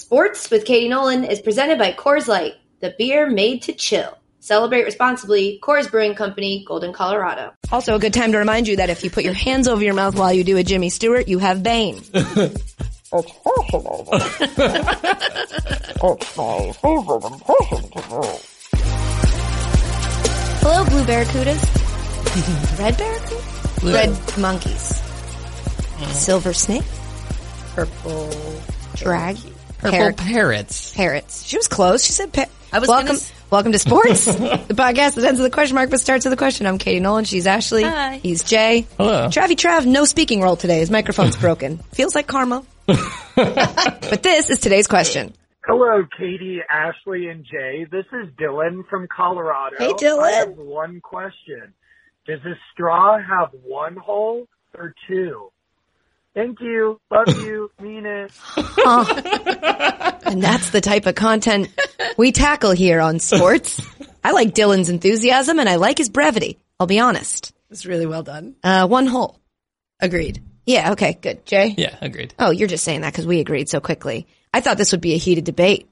Sports with Katie Nolan is presented by Coors Light, the beer made to chill. Celebrate responsibly. Coors Brewing Company, Golden, Colorado. Also, a good time to remind you that if you put your hands over your mouth while you do a Jimmy Stewart, you have Bane. It's fascinating. it's my favorite impression to do. Hello, blue barracudas. Red barracudas? Red monkeys. Silver snake. Mm. Purple drag. Purple Parrot. parrots. parrots. She was close. She said, pa- I was welcome, gonna s- welcome to sports, the podcast that ends with a question mark but starts with a question. I'm Katie Nolan. She's Ashley. Hi. He's Jay. Hello. Travy Trav, no speaking role today. His microphone's broken. Feels like karma. but this is today's question. Hello, Katie, Ashley, and Jay. This is Dylan from Colorado. Hey, Dylan. I have one question. Does a straw have one hole or two? Thank you. Love you. Mean it. And that's the type of content we tackle here on sports. I like Dylan's enthusiasm and I like his brevity. I'll be honest. It's really well done. Uh, one hole. Agreed. Yeah. Okay. Good. Jay. Yeah, agreed. Oh, you're just saying that because we agreed so quickly. I thought this would be a heated debate.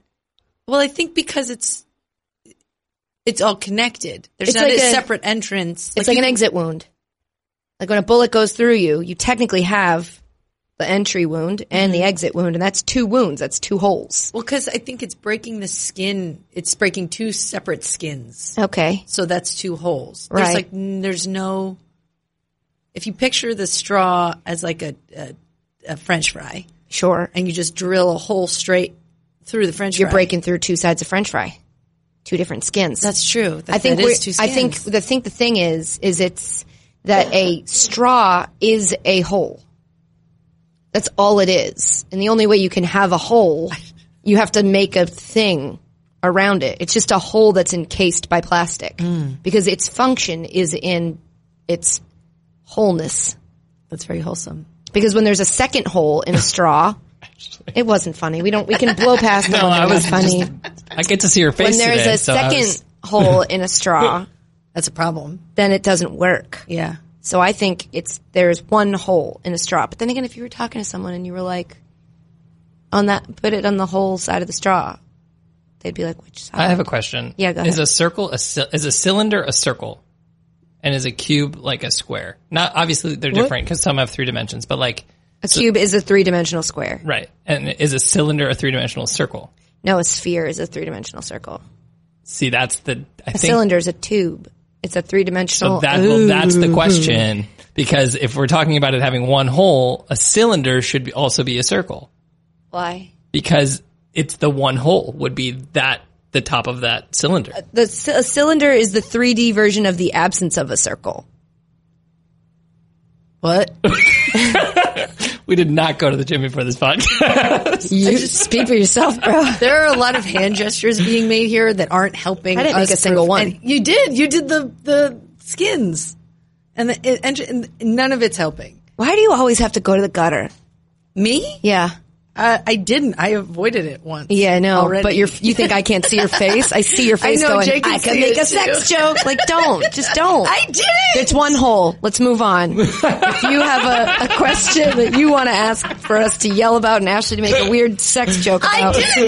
Well, I think because it's it's all connected. There's It's not like a, a- separate entrance. It's like, an exit wound. Like when a bullet goes through you, you technically have the entry wound and the exit wound, and that's two wounds. That's two holes. well, because I think it's breaking the skin. It's breaking two separate skins. Okay. So that's two holes. Right. There's like n- there's no. If you picture the straw as like a, a, a French fry, Sure. and you just drill a hole straight through the French, You're fry. breaking through two sides of French fry, two different skins. That's true. That, I think that we're- is two I think skins. the think the thing is is it's that a straw is a hole. That's all it is, and the only way you can have a hole, you have to make a thing around it. It's just a hole that's encased by plastic Hmm. because its function is in its wholeness. that's very wholesome. Because when there's a second hole in a straw, it wasn't funny. We don't. We can blow past. that No, one. I They're not was funny. I get to see your when face there's today, a so I second was- hole in a straw, That's a problem. then it doesn't work. Yeah. So I think it's there's one hole in a straw. But then again, if you were talking to someone and you were like, on that, put it on the whole side of the straw, they'd be like, which side? I have a question. Yeah, go Is ahead. a circle a cy- is a cylinder a circle, and is a cube like a square? Not obviously they're different because some have three dimensions, but like a cube is a three dimensional square. right, and is a cylinder a three dimensional circle? No, a sphere is a three dimensional circle. See, that's the A I think cylinder is a tube. It's a three dimensional. so that well, that's the question because if we're talking about it having one hole, a cylinder should be, also be a circle why because it's the one hole would be that the top of that cylinder. the c- a cylinder is the three D version of the absence of a circle. What? We did not go to the gym before this podcast. You speak for yourself, bro. There are a lot of hand gestures being made here that aren't helping. I didn't us make a single prove- one. and you did. You did the the skins, and the it- and, and none of it's helping. Why do you always have to go to the gutter? Me? Yeah. Uh, I didn't. I avoided it once. Yeah, I know. Already. But you're, you think I can't see your face? I see your face know, going, Jake can I could see make it a sex too." joke. Like, don't. Just don't. I did It's one hole. Let's move on. if you have a, a question that you want to ask for us to yell about and Ashley to make a weird sex joke I about, did it. here's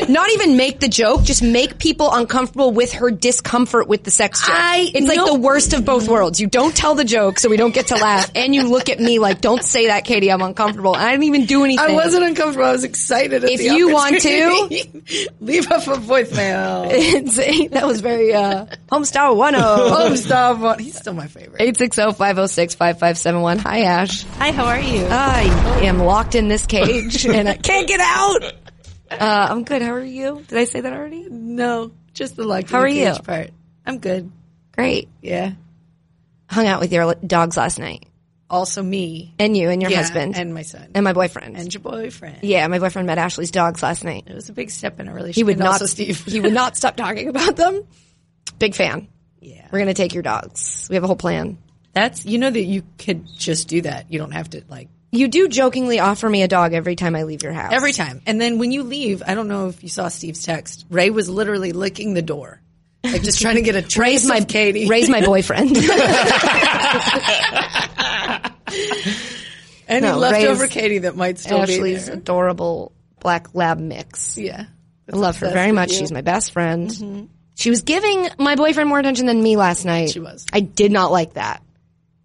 the thing: not even make the joke, just make people uncomfortable with her discomfort with the sex joke. I- it's like no. the worst of both worlds. You don't tell the joke, so we don't get to laugh, and you look at me like, "Don't say that, Katie. I'm uncomfortable." I didn't even do anything. I wasn't uncomfortable. I was excited. At If the you want to- opportunity. leave up a voicemail. It's- that was very uh, homestar one oh. oh, stop! He's still my favorite. 860-506-5571. Hi, Ash. Hi, how are you? I am locked in this cage and I can't get out. Uh, I'm good. How are you? Did I say that already? no, just the luck. How are you? Part. I'm good. Great. Yeah. Hung out with your li- dogs last night Also me. and you and your Yeah, husband and my son and my boyfriend. and your boyfriend. yeah, my boyfriend met Ashley's dogs last night. It was a big step in a relationship. He would and not Also Steve. he would not stop talking about them. Big fan. Yeah. We're going to take your dogs. We have a whole plan. That's you know that you could just do that. You don't have to like You do jokingly offer me a dog every time I leave your house. every time. And then when you leave, I don't know if you saw Steve's text. Ray was literally licking the door, like just trying to get a raise trace my of Katie. Raise my boyfriend. Any no, leftover Ray's- Katie that might still Ashley's be there. adorable black lab mix. Yeah. I love her very much. She's my best friend. She was giving my boyfriend more attention than me last night. Mm-hmm. She was. I did not like that.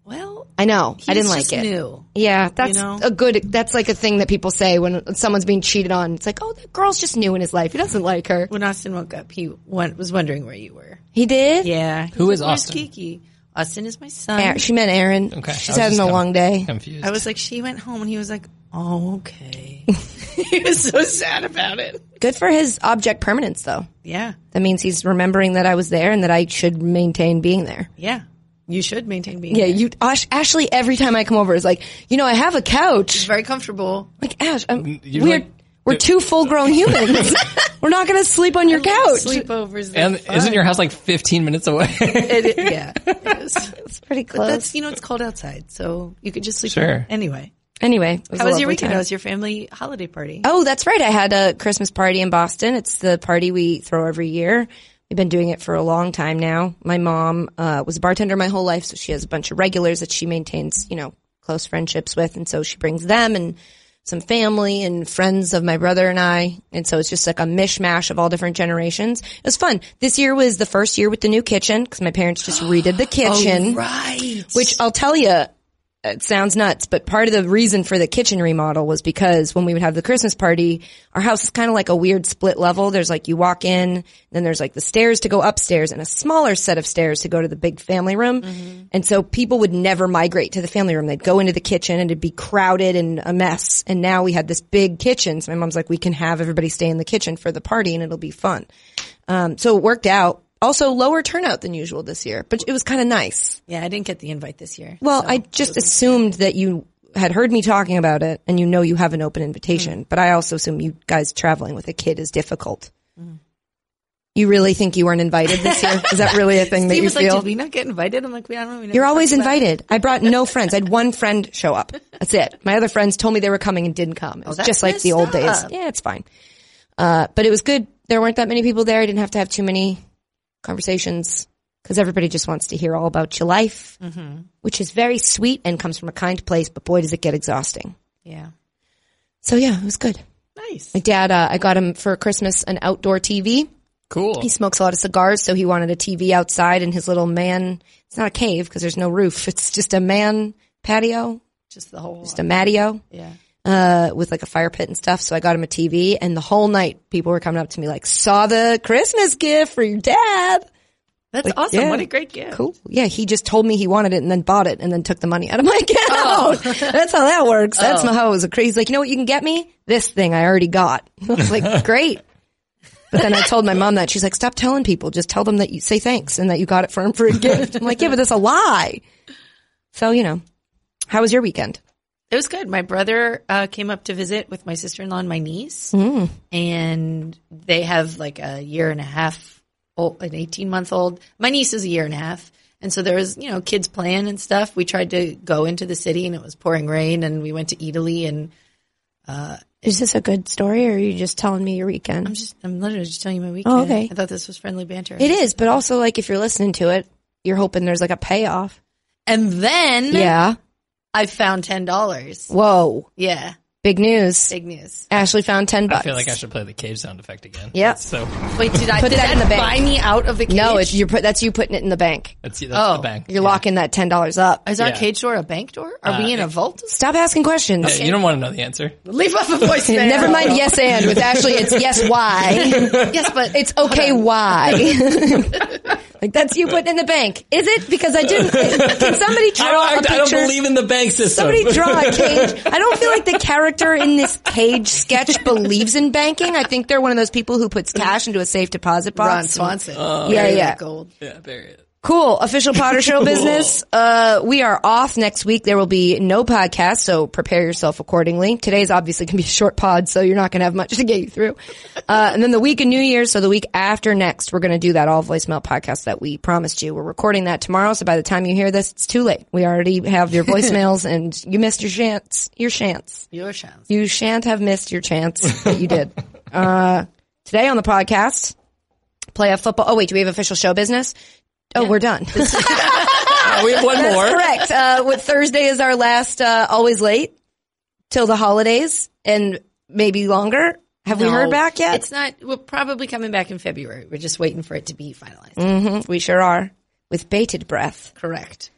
Well, I know. I he's didn't like just it. New. Yeah, that's know? a good. That's like a thing that people say when someone's being cheated on. It's like, oh, that girl's just new in his life. He doesn't like her. When Austin woke up, he went, was wondering where you were. He did. Yeah. Who is Where's Austin? Kiki? Austin is my son. Ar- She meant Aaron. Okay, she's I was having just a com- long day. Confused. I was like, she went home, and he was like, oh, okay. he was so sad about it. Good for his object permanence, though. Yeah. That means he's remembering that I was there and that I should maintain being there. Yeah. You should maintain being Yeah, there. you, Ash, Ashley. Every time I come over, is like, you know, I have a couch. very comfortable. Like, Ash, I'm, Mm, you're we're like- we're two full grown humans. we're not gonna sleep on your couch. Sleepovers. they're and fun. isn't your house like 15 minutes away? It, it- yeah. It is. It's pretty close. That's, you know, it's cold outside, so you could just sleep. Sure. Anyway. anyway, it How was a lovely your weekend? time. How was your family holiday party? Oh, that's right. I had a Christmas party in Boston. It's the party we throw every year. We've been doing it for a long time now. My mom uh, was a bartender my whole life, so she has a bunch of regulars that she maintains, you know, close friendships with, and so she brings them and some family and friends of my brother and I, and so it's just like a mishmash of all different generations. It was fun. This year was the first year with the new kitchen because my parents just redid the kitchen. Oh, Right. Which I'll tell you, it sounds nuts, but part of the reason for the kitchen remodel was because when we would have the Christmas party, our house is kind of like a weird split level. There's like you walk in, then there's like the stairs to go upstairs and a smaller set of stairs to go to the big family room. And so people would never migrate to the family room. They'd go into the kitchen and it'd be crowded and a mess. And now we had this big kitchen. So my mom's like, we can have everybody stay in the kitchen for the party and it'll be fun. Um, so it worked out. Also lower turnout than usual this year, but it was kind of nice. Yeah, I didn't get the invite this year. Well, I just assumed that you had heard me talking about it and you know you have an open invitation, but I also assume you guys traveling with a kid is difficult. Mm. You really think you weren't invited this year? Is that really a thing that He you was like, feel? did we not get invited? I'm like, we I don't even know. You're what always talked about. invited. I brought no friends. I had one friend show up. That's it. My other friends told me they were coming and didn't come. It was Oh, that's just like the messed old days. up. Yeah, it's fine. Uh, but it was good. There weren't that many people there. I didn't have to have too many conversations because everybody just wants to hear all about your life, Mm-hmm. which is very sweet and comes from a kind place. But boy, does it get exhausting. Yeah. So yeah, it was good. Nice. My dad, uh, I got him for Christmas an outdoor TV. cool. He smokes a lot of cigars, so he wanted a TV outside in his little man. It's not a cave because there's no roof. It's just a man patio, Just the whole. just a matio yeah. uh, with like a fire pit and stuff. So I got him a TV, and the whole night people were coming up to me like, "Saw the Christmas gift for your dad." That's awesome. yeah. What a great gift. Cool. Yeah, he just told me he wanted it and then bought it and then took the money out of my account. That's how that works. That's not how it was. A crazy. He's like, you know what you can get me? This thing I already got. I was like, great. But then I told my mom that she's like, stop telling people. Just tell them that you say thanks and that you got it for him for a gift. I'm like, yeah, but that's a lie. So you know, how was your weekend? It was good. My brother uh, came up to visit with my sister in law and my niece, Mm. and they have like a year and a half, old, an eighteen month old. My niece is a year and a half, and so there was you know kids playing and stuff. We tried to go into the city, and it was pouring rain, and we went to Italy, and Is this a good story, or are you just telling me your weekend? I'm just I'm literally just telling you my weekend. Oh, okay. I thought this was friendly banter, It is, but also like if you're listening to it, you're hoping there's like a payoff. and then Yeah. I found ten dollars. Whoa. Yeah, Big news. big news. Ashley found ten bucks. I feel like I should play the cave sound effect again. Yep. That's so Wait, did I Put did that in the bank. buy me out of the cage? No, it's you. Put that's you putting it in the bank. that's, that's Oh, the bank. You're locking that ten dollars up. Is our Yeah. cage door a bank door? Are we in a vault? Stop asking questions. Yeah, You don't want to know the answer. Leave off a voicemail. Never mind. Yes, and with Ashley, it's yes. Why? Yes, but It's okay. Why? like that's you putting in the bank. Is it because I didn't? Can somebody draw I don't, I, a picture? I don't believe in the bank system. Somebody draw a cage. I don't feel like the character in this cage sketch believes in banking. I think they're one of those people who puts cash into a safe deposit box. Ron and- Swanson. Oh, yeah, Very yeah. Gold. yeah, bury it. Cool. Official Potter Show business. Uh, we are off next week. There will be no podcast, so prepare yourself accordingly. Today's obviously going to be a short pod, so you're not going to have much to get you through. Uh, and then the week of New Year's, so the week after next, we're going to do that all voicemail podcast that we promised you. We're recording that tomorrow, so by the time you hear this, it's too late. We already have your voicemails and you missed your chance. Your chance. Your chance. You shan't have missed your chance that you did. uh, today on the podcast, playoff football. Oh, wait, do we have official show business? Oh, we're done. Uh, we have one more. Correct. Uh, with Thursday is our last, uh, always late till the holidays and maybe longer. Have we heard No, back yet? It's not. We're probably coming back in February. We're just waiting for it to be finalized. Mm. we sure are. With bated breath. Correct.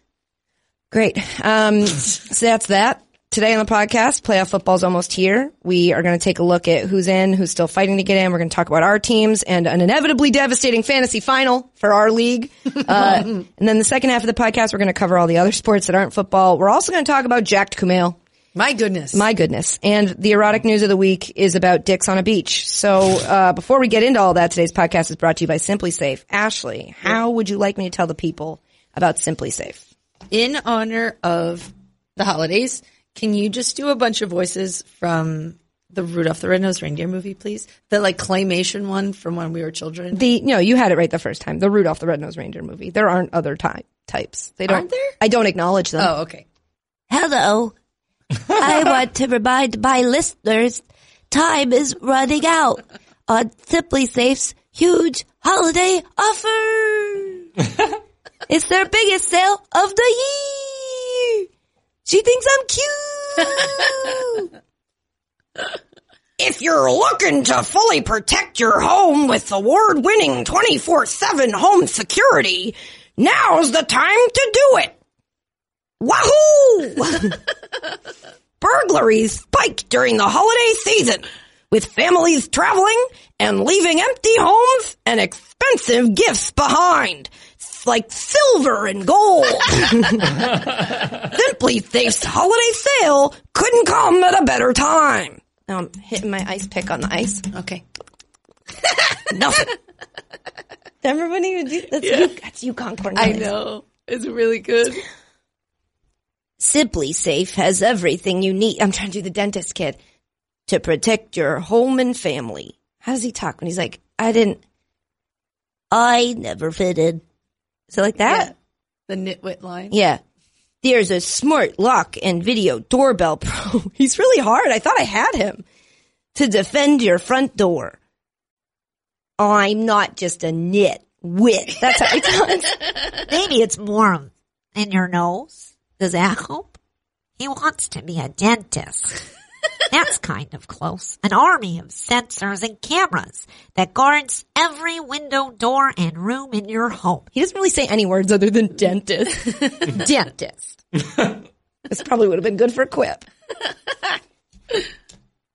Great. Um, so that's that. Today on the podcast, playoff football's almost here. We are going to take a look at who's in, who's still fighting to get in. We're going to talk about our teams and an inevitably devastating fantasy final for our league. Uh, and then the second half of the podcast, we're going to cover all the other sports that aren't football. We're also going to talk about Jacked Kumail. My goodness. My goodness. And the erotic news of the week is about dicks on a beach. So, uh, before we get into all that, today's podcast is brought to you by Simply Safe. Ashley, how would you like me to tell the people about Simply Safe? in honor of the holidays, can you just do a bunch of voices from the Rudolph the Red-Nosed Reindeer movie, please? The like claymation one from when we were children. The no, you had it right the first time. The Rudolph the Red-Nosed Reindeer movie. There aren't other ty- types. They don't. Aren't there? I don't acknowledge them. oh, okay. Hello. I want to remind my listeners time is running out on Simply Safe's huge holiday offer. it's their biggest sale of the year. She thinks I'm cute. If you're looking to fully protect your home with award-winning 24/7 home security, now's the time to do it. Wahoo! Burglaries spike during the holiday season, with families traveling and leaving empty homes and expensive gifts behind, s- like silver and gold. Simply Safe's holiday sale couldn't come at a better time. Now I'm hitting my ice pick on the ice. Okay. Nothing. Everyone even do that's you that's Yukon I Cornelius. know. It's really good. Simply Safe has everything you need. I'm trying to do the dentist kid to protect your home and family. How does he talk when he's like, I didn't? I never fitted. Is it like that? The nitwit line. Yeah. There's a smart lock and video doorbell pro. He's really hard. I thought I had him to defend your front door. I'm not just a nit wit. That's how he talks. Maybe it's warm in your nose. Does that help? He wants to be a dentist. That's kind of close. An army of sensors and cameras that guards every window, door, and room in your home. He doesn't really say any words other than dentist. Dentist. This probably would have been good for a quip.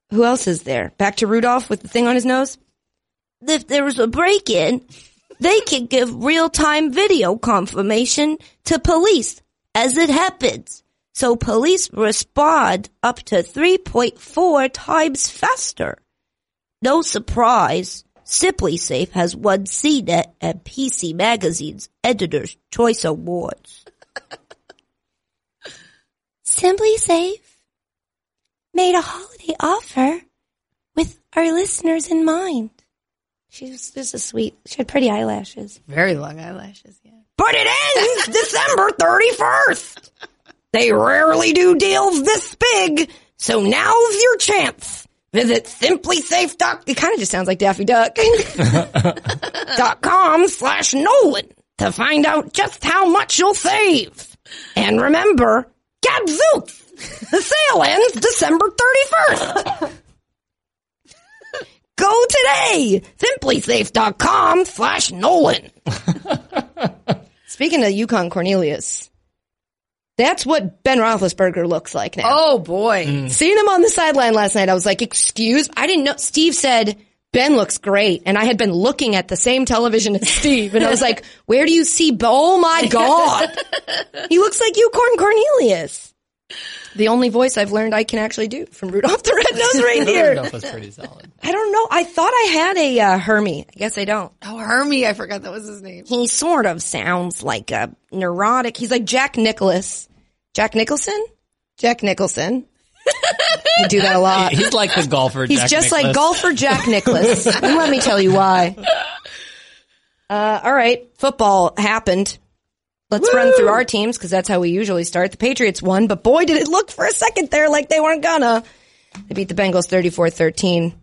Who else is there? Back to Rudolph with the thing on his nose? If there was a break in, they can give real time video confirmation to police as it happens. So police respond up to 3.4 times faster. No surprise, Simply Safe has won CNET and PC Magazine's Editor's Choice Awards. Simply Safe made a holiday offer with our listeners in mind. She was just a sweet. She had pretty eyelashes. Very long eyelashes. Yeah. But it ends December 31st. They rarely do deals this big, so now's your chance. Visit simplysafe.com. It kind of just sounds like Daffy Duck. dot com slash Nolan to find out just how much you'll save. And remember, gadzooks! The sale ends December 31st. Go today! Simplysafe.com slash Nolan. Speaking of Yukon Cornelius, that's what Ben Roethlisberger looks like now. Oh boy. Seeing him on the sideline last night, I was like, excuse? I didn't know. Steve said, Ben looks great. And I had been looking at the same television as Steve. And I was like, where do you see? Bo- Oh my God. he looks like you, Corn Cornelius. The only voice I've learned I can actually do from Rudolph the Red-Nosed Reindeer. Rudolph was pretty solid. I don't know. I thought I had a uh, Hermie. I guess I don't. Oh, Hermie. I forgot that was his name. He sort of sounds like a neurotic. He's like Jack Nicholas. Jack Nicholson? Jack Nicholson. I do that a lot. He's like the golfer. Uh, He's Jack just like Nicklaus. golfer Jack Nicholas. and let me tell you why. Uh, all right, football happened. Let's run through our teams because that's how we usually start. The Patriots won, but boy, did it look for a second there like they weren't gonna. They beat the Bengals 34 13.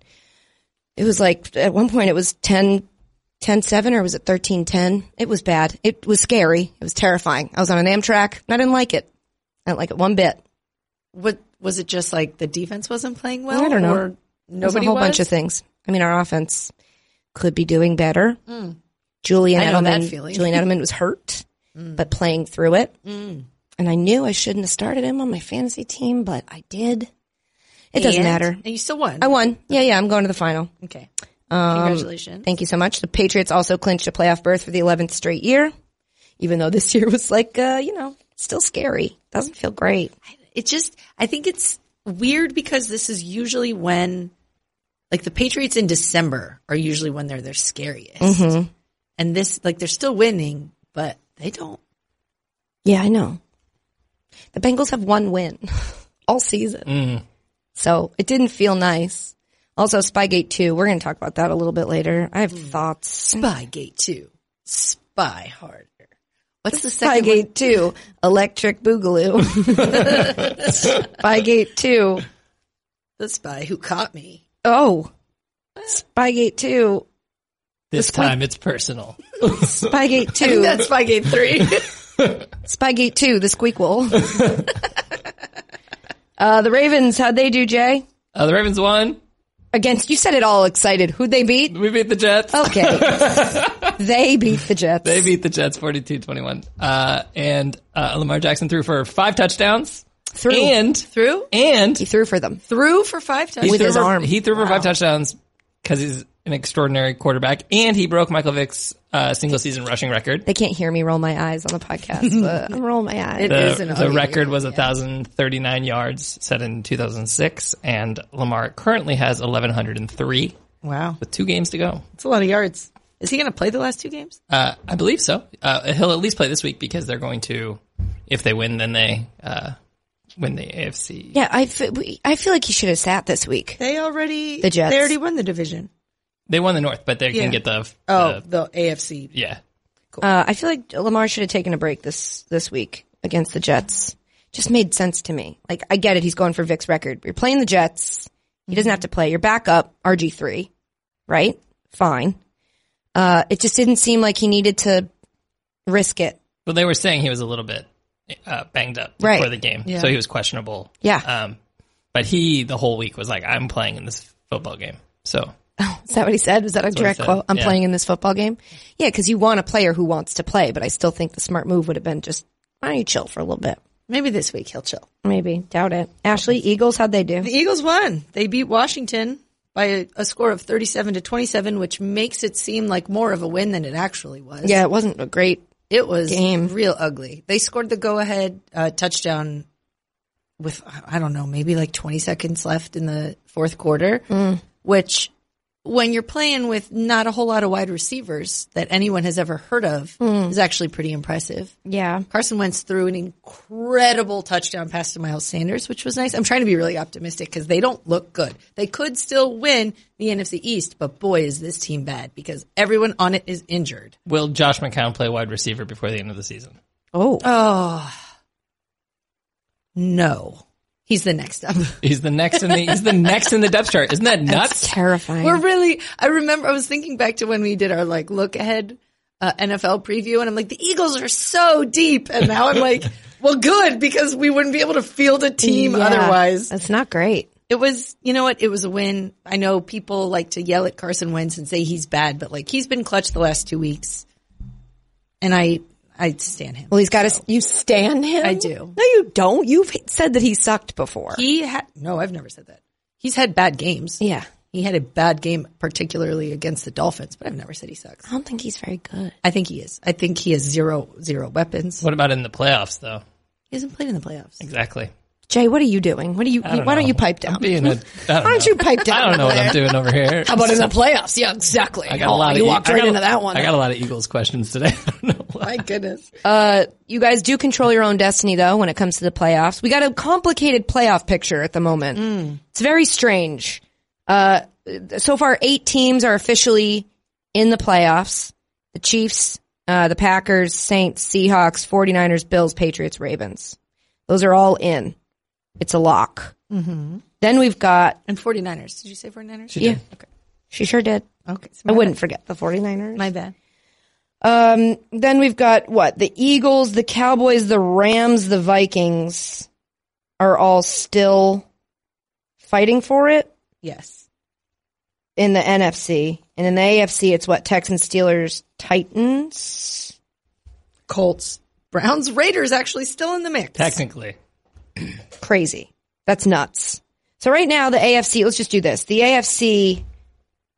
It was like, at one point, it was 10 10 7 or was it 13 10? It was bad. It was scary. It was terrifying. I was on an Amtrak and I didn't like it. I didn't like it one bit. What was it? Just like the defense wasn't playing well. I don't know. Or There's Nobody a whole was? bunch of things. I mean, our offense could be doing better. Julian I know that Edelman, feeling. Mm. Julian Edelman was hurt, but playing through it. And I knew I shouldn't have started him on my fantasy team, but I did. It doesn't And- matter. And you still won. I won. Yeah, yeah. I'm going to the final. okay. Congratulations. Thank you so much. The Patriots also clinched a playoff berth for the 11th straight year, even though this year was like, uh, you know, still scary. Doesn't feel great. it just I think it's weird because this is usually when like the Patriots in December are usually when they're their scariest. Mm-hmm. And this like they're still winning, but they don't Yeah, I know. The Bengals have one win all season. Mm-hmm. So it didn't feel nice. Also, Spygate 2, we're going to talk about that a little bit later. I Mm. have thoughts. spy gate two. Spy harder. What's the second one? Spygate 2, Electric Boogaloo. Spygate 2, The spy who caught me. oh, Spygate 2, This time it's personal. Spygate 2. I think that's spy gate three. Spygate 2, the squeakquel. uh, the Ravens, how'd they do, Jay? Uh, the Ravens won. Against, you said it all excited. Who'd they beat? We beat the Jets. Oh. Okay. they beat the Jets. They beat the Jets 42-21. Uh, and uh, Lamar Jackson threw for five touchdowns. Through. And Through? and He threw for them. Through for five times. he With threw his for, arm. He threw for five touchdowns because he's an extraordinary quarterback, and he broke Michael Vick's uh, single season rushing record. They can't hear me roll my eyes on the podcast, but I'm rolling my eyes. It The, is an the ugly record year. was 1,039 yards set in 2006, and Lamar currently has 1,103 Wow. with two games to go. That's a lot of yards. Is he gonna play the last two games? Uh, I believe so. Uh, he'll at least play this week because they're going to, if they win, then they uh, win the AFC. yeah, I fe- we- I feel like he should have sat this week. They already The Jets. They already won the division. They won the North, but they Yeah. can get the. Oh, the- the AFC. yeah. Uh, I feel like Lamar should have taken a break this, this week against the Jets. Just made sense to me. Like, I get it. He's going for Vic's record. You're playing the Jets. He doesn't have to play. You're back up RG3, right? Fine. Uh, it just didn't seem like he needed to risk it. Well, they were saying he was a little bit uh, banged up before Right. the game, Yeah. so he was questionable. Yeah. Um, but he the whole week was like, "I'm playing in this football game." So Is that what he said? Was that a what he direct said. quote? I'm Yeah. playing in this football game. Yeah, because you want a player who wants to play, but I still think the smart move would have been just, why don't you chill for a little bit? Maybe this week he'll chill. Maybe. Doubt it. Ashley, Eagles, how'd they do? The Eagles won. They beat Washington by a, a score of 37 to 27, which makes it seem like more of a win than it actually was. Yeah, it wasn't a great It was Game. real ugly. They scored the go ahead uh, touchdown with, I don't know, maybe like 20 seconds left in the fourth quarter, which when you're playing with not a whole lot of wide receivers that anyone has ever heard of is actually pretty impressive. Yeah. Carson Wentz threw an incredible touchdown pass to Miles Sanders, which was nice. I'm trying to be really optimistic because they don't look good. They could still win the NFC East, but boy, is this team bad because everyone on it is injured. will Josh McCown play wide receiver before the end of the season? Oh. Oh, no. He's the next up. He's the next in the he's the next in the depth chart. Isn't that nuts? terrifying. We're really, I remember, I was thinking back to when we did our like look ahead uh, NFL preview, and I'm like, the Eagles are so deep. And now I'm like, well, good, because we wouldn't be able to field a team Yeah. otherwise. That's not great. It was, you know what? It was a win. I know people like to yell at Carson Wentz and say he's bad, but like he's been clutch the last two weeks, and I, I stand him. Well, he's got to. You stand him? I do. No, you don't. You've said that he sucked before. He had no, I've never said that. He's had bad games. yeah. he had a bad game, particularly against the Dolphins, but I've never said he sucks. I don't think he's very good. I think he is. I think he has zero zero weapons. What about in the playoffs though? He hasn't played in the playoffs. Exactly. Jay, what are you doing? What are you? Why don't don't know. you pipe down? I'm being a, I don't Why don't know. you pipe down? I don't know what I'm doing over here. How about in the playoffs? Yeah, exactly. Oh, I got a lot of you E- walked I right got a- into that one. I got a lot of Eagles questions today. I don't know why. My goodness. Uh, you guys do control your own destiny though when it comes to the playoffs. We got a complicated playoff picture at the moment. It's very strange. Uh, so far eight teams are officially in the playoffs. The Chiefs, uh, the Packers, Saints, Seahawks, 49ers, Bills, Patriots, Ravens. Those are all in. It's a lock. Mm-hmm. Then we've got, And 49ers. Did you say 49ers? She did. she sure did. Okay. so I my wouldn't forget the 49ers. bad. My bad. Um, then we've got what? The Eagles, the Cowboys, the Rams, the Vikings are all still fighting for it. Yes. in the NFC, and in the AFC, it's what Texans, Steelers, Titans. Colts, Browns, Raiders actually still in the mix. Technically, Crazy. That's nuts. So right now, the AFC. Let's just do this. The AFC.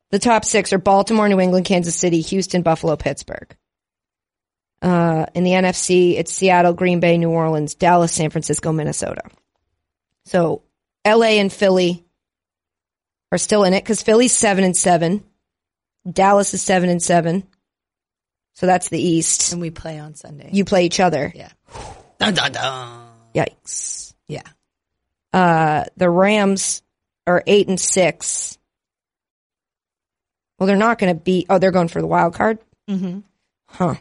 The top six are Baltimore, New England, Kansas City, Houston, Buffalo, Pittsburgh. Uh, in the NFC, it's Seattle, Green Bay, New Orleans, Dallas, San Francisco, Minnesota. So LA and Philly are still in it because Philly's seven and seven. Dallas is seven and seven. So that's the East. And we play on Sunday. You play each other. yeah. Yikes. Yeah. Uh, the Rams are eight and six. Well, they're not going to be. Oh, they're going for the wild card. Mm-hmm. Huh.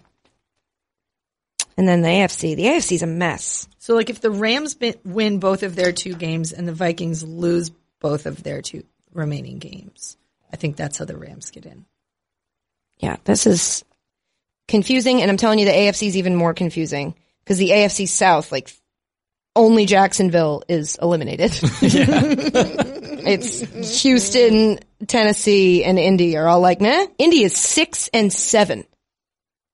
And then the AFC. The AFC's a mess. So, like, if the Rams bin- win both of their two games and the Vikings lose both of their two remaining games, I think that's how the Rams get in. Yeah, this is confusing, and I'm telling you, the AFC's even more confusing because the AFC South, like, only Jacksonville is eliminated. it's Houston, Tennessee, and Indy are all like, meh. Indy is six and seven.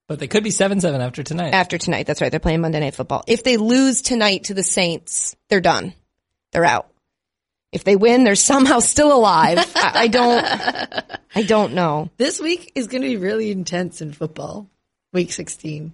but they could be seven seven after tonight. after tonight. That's right. They're playing Monday Night Football. If they lose tonight to the Saints, they're done. They're out. If they win, they're somehow still alive. I, I don't. I don't know. This week is going to be really intense in football, week 16.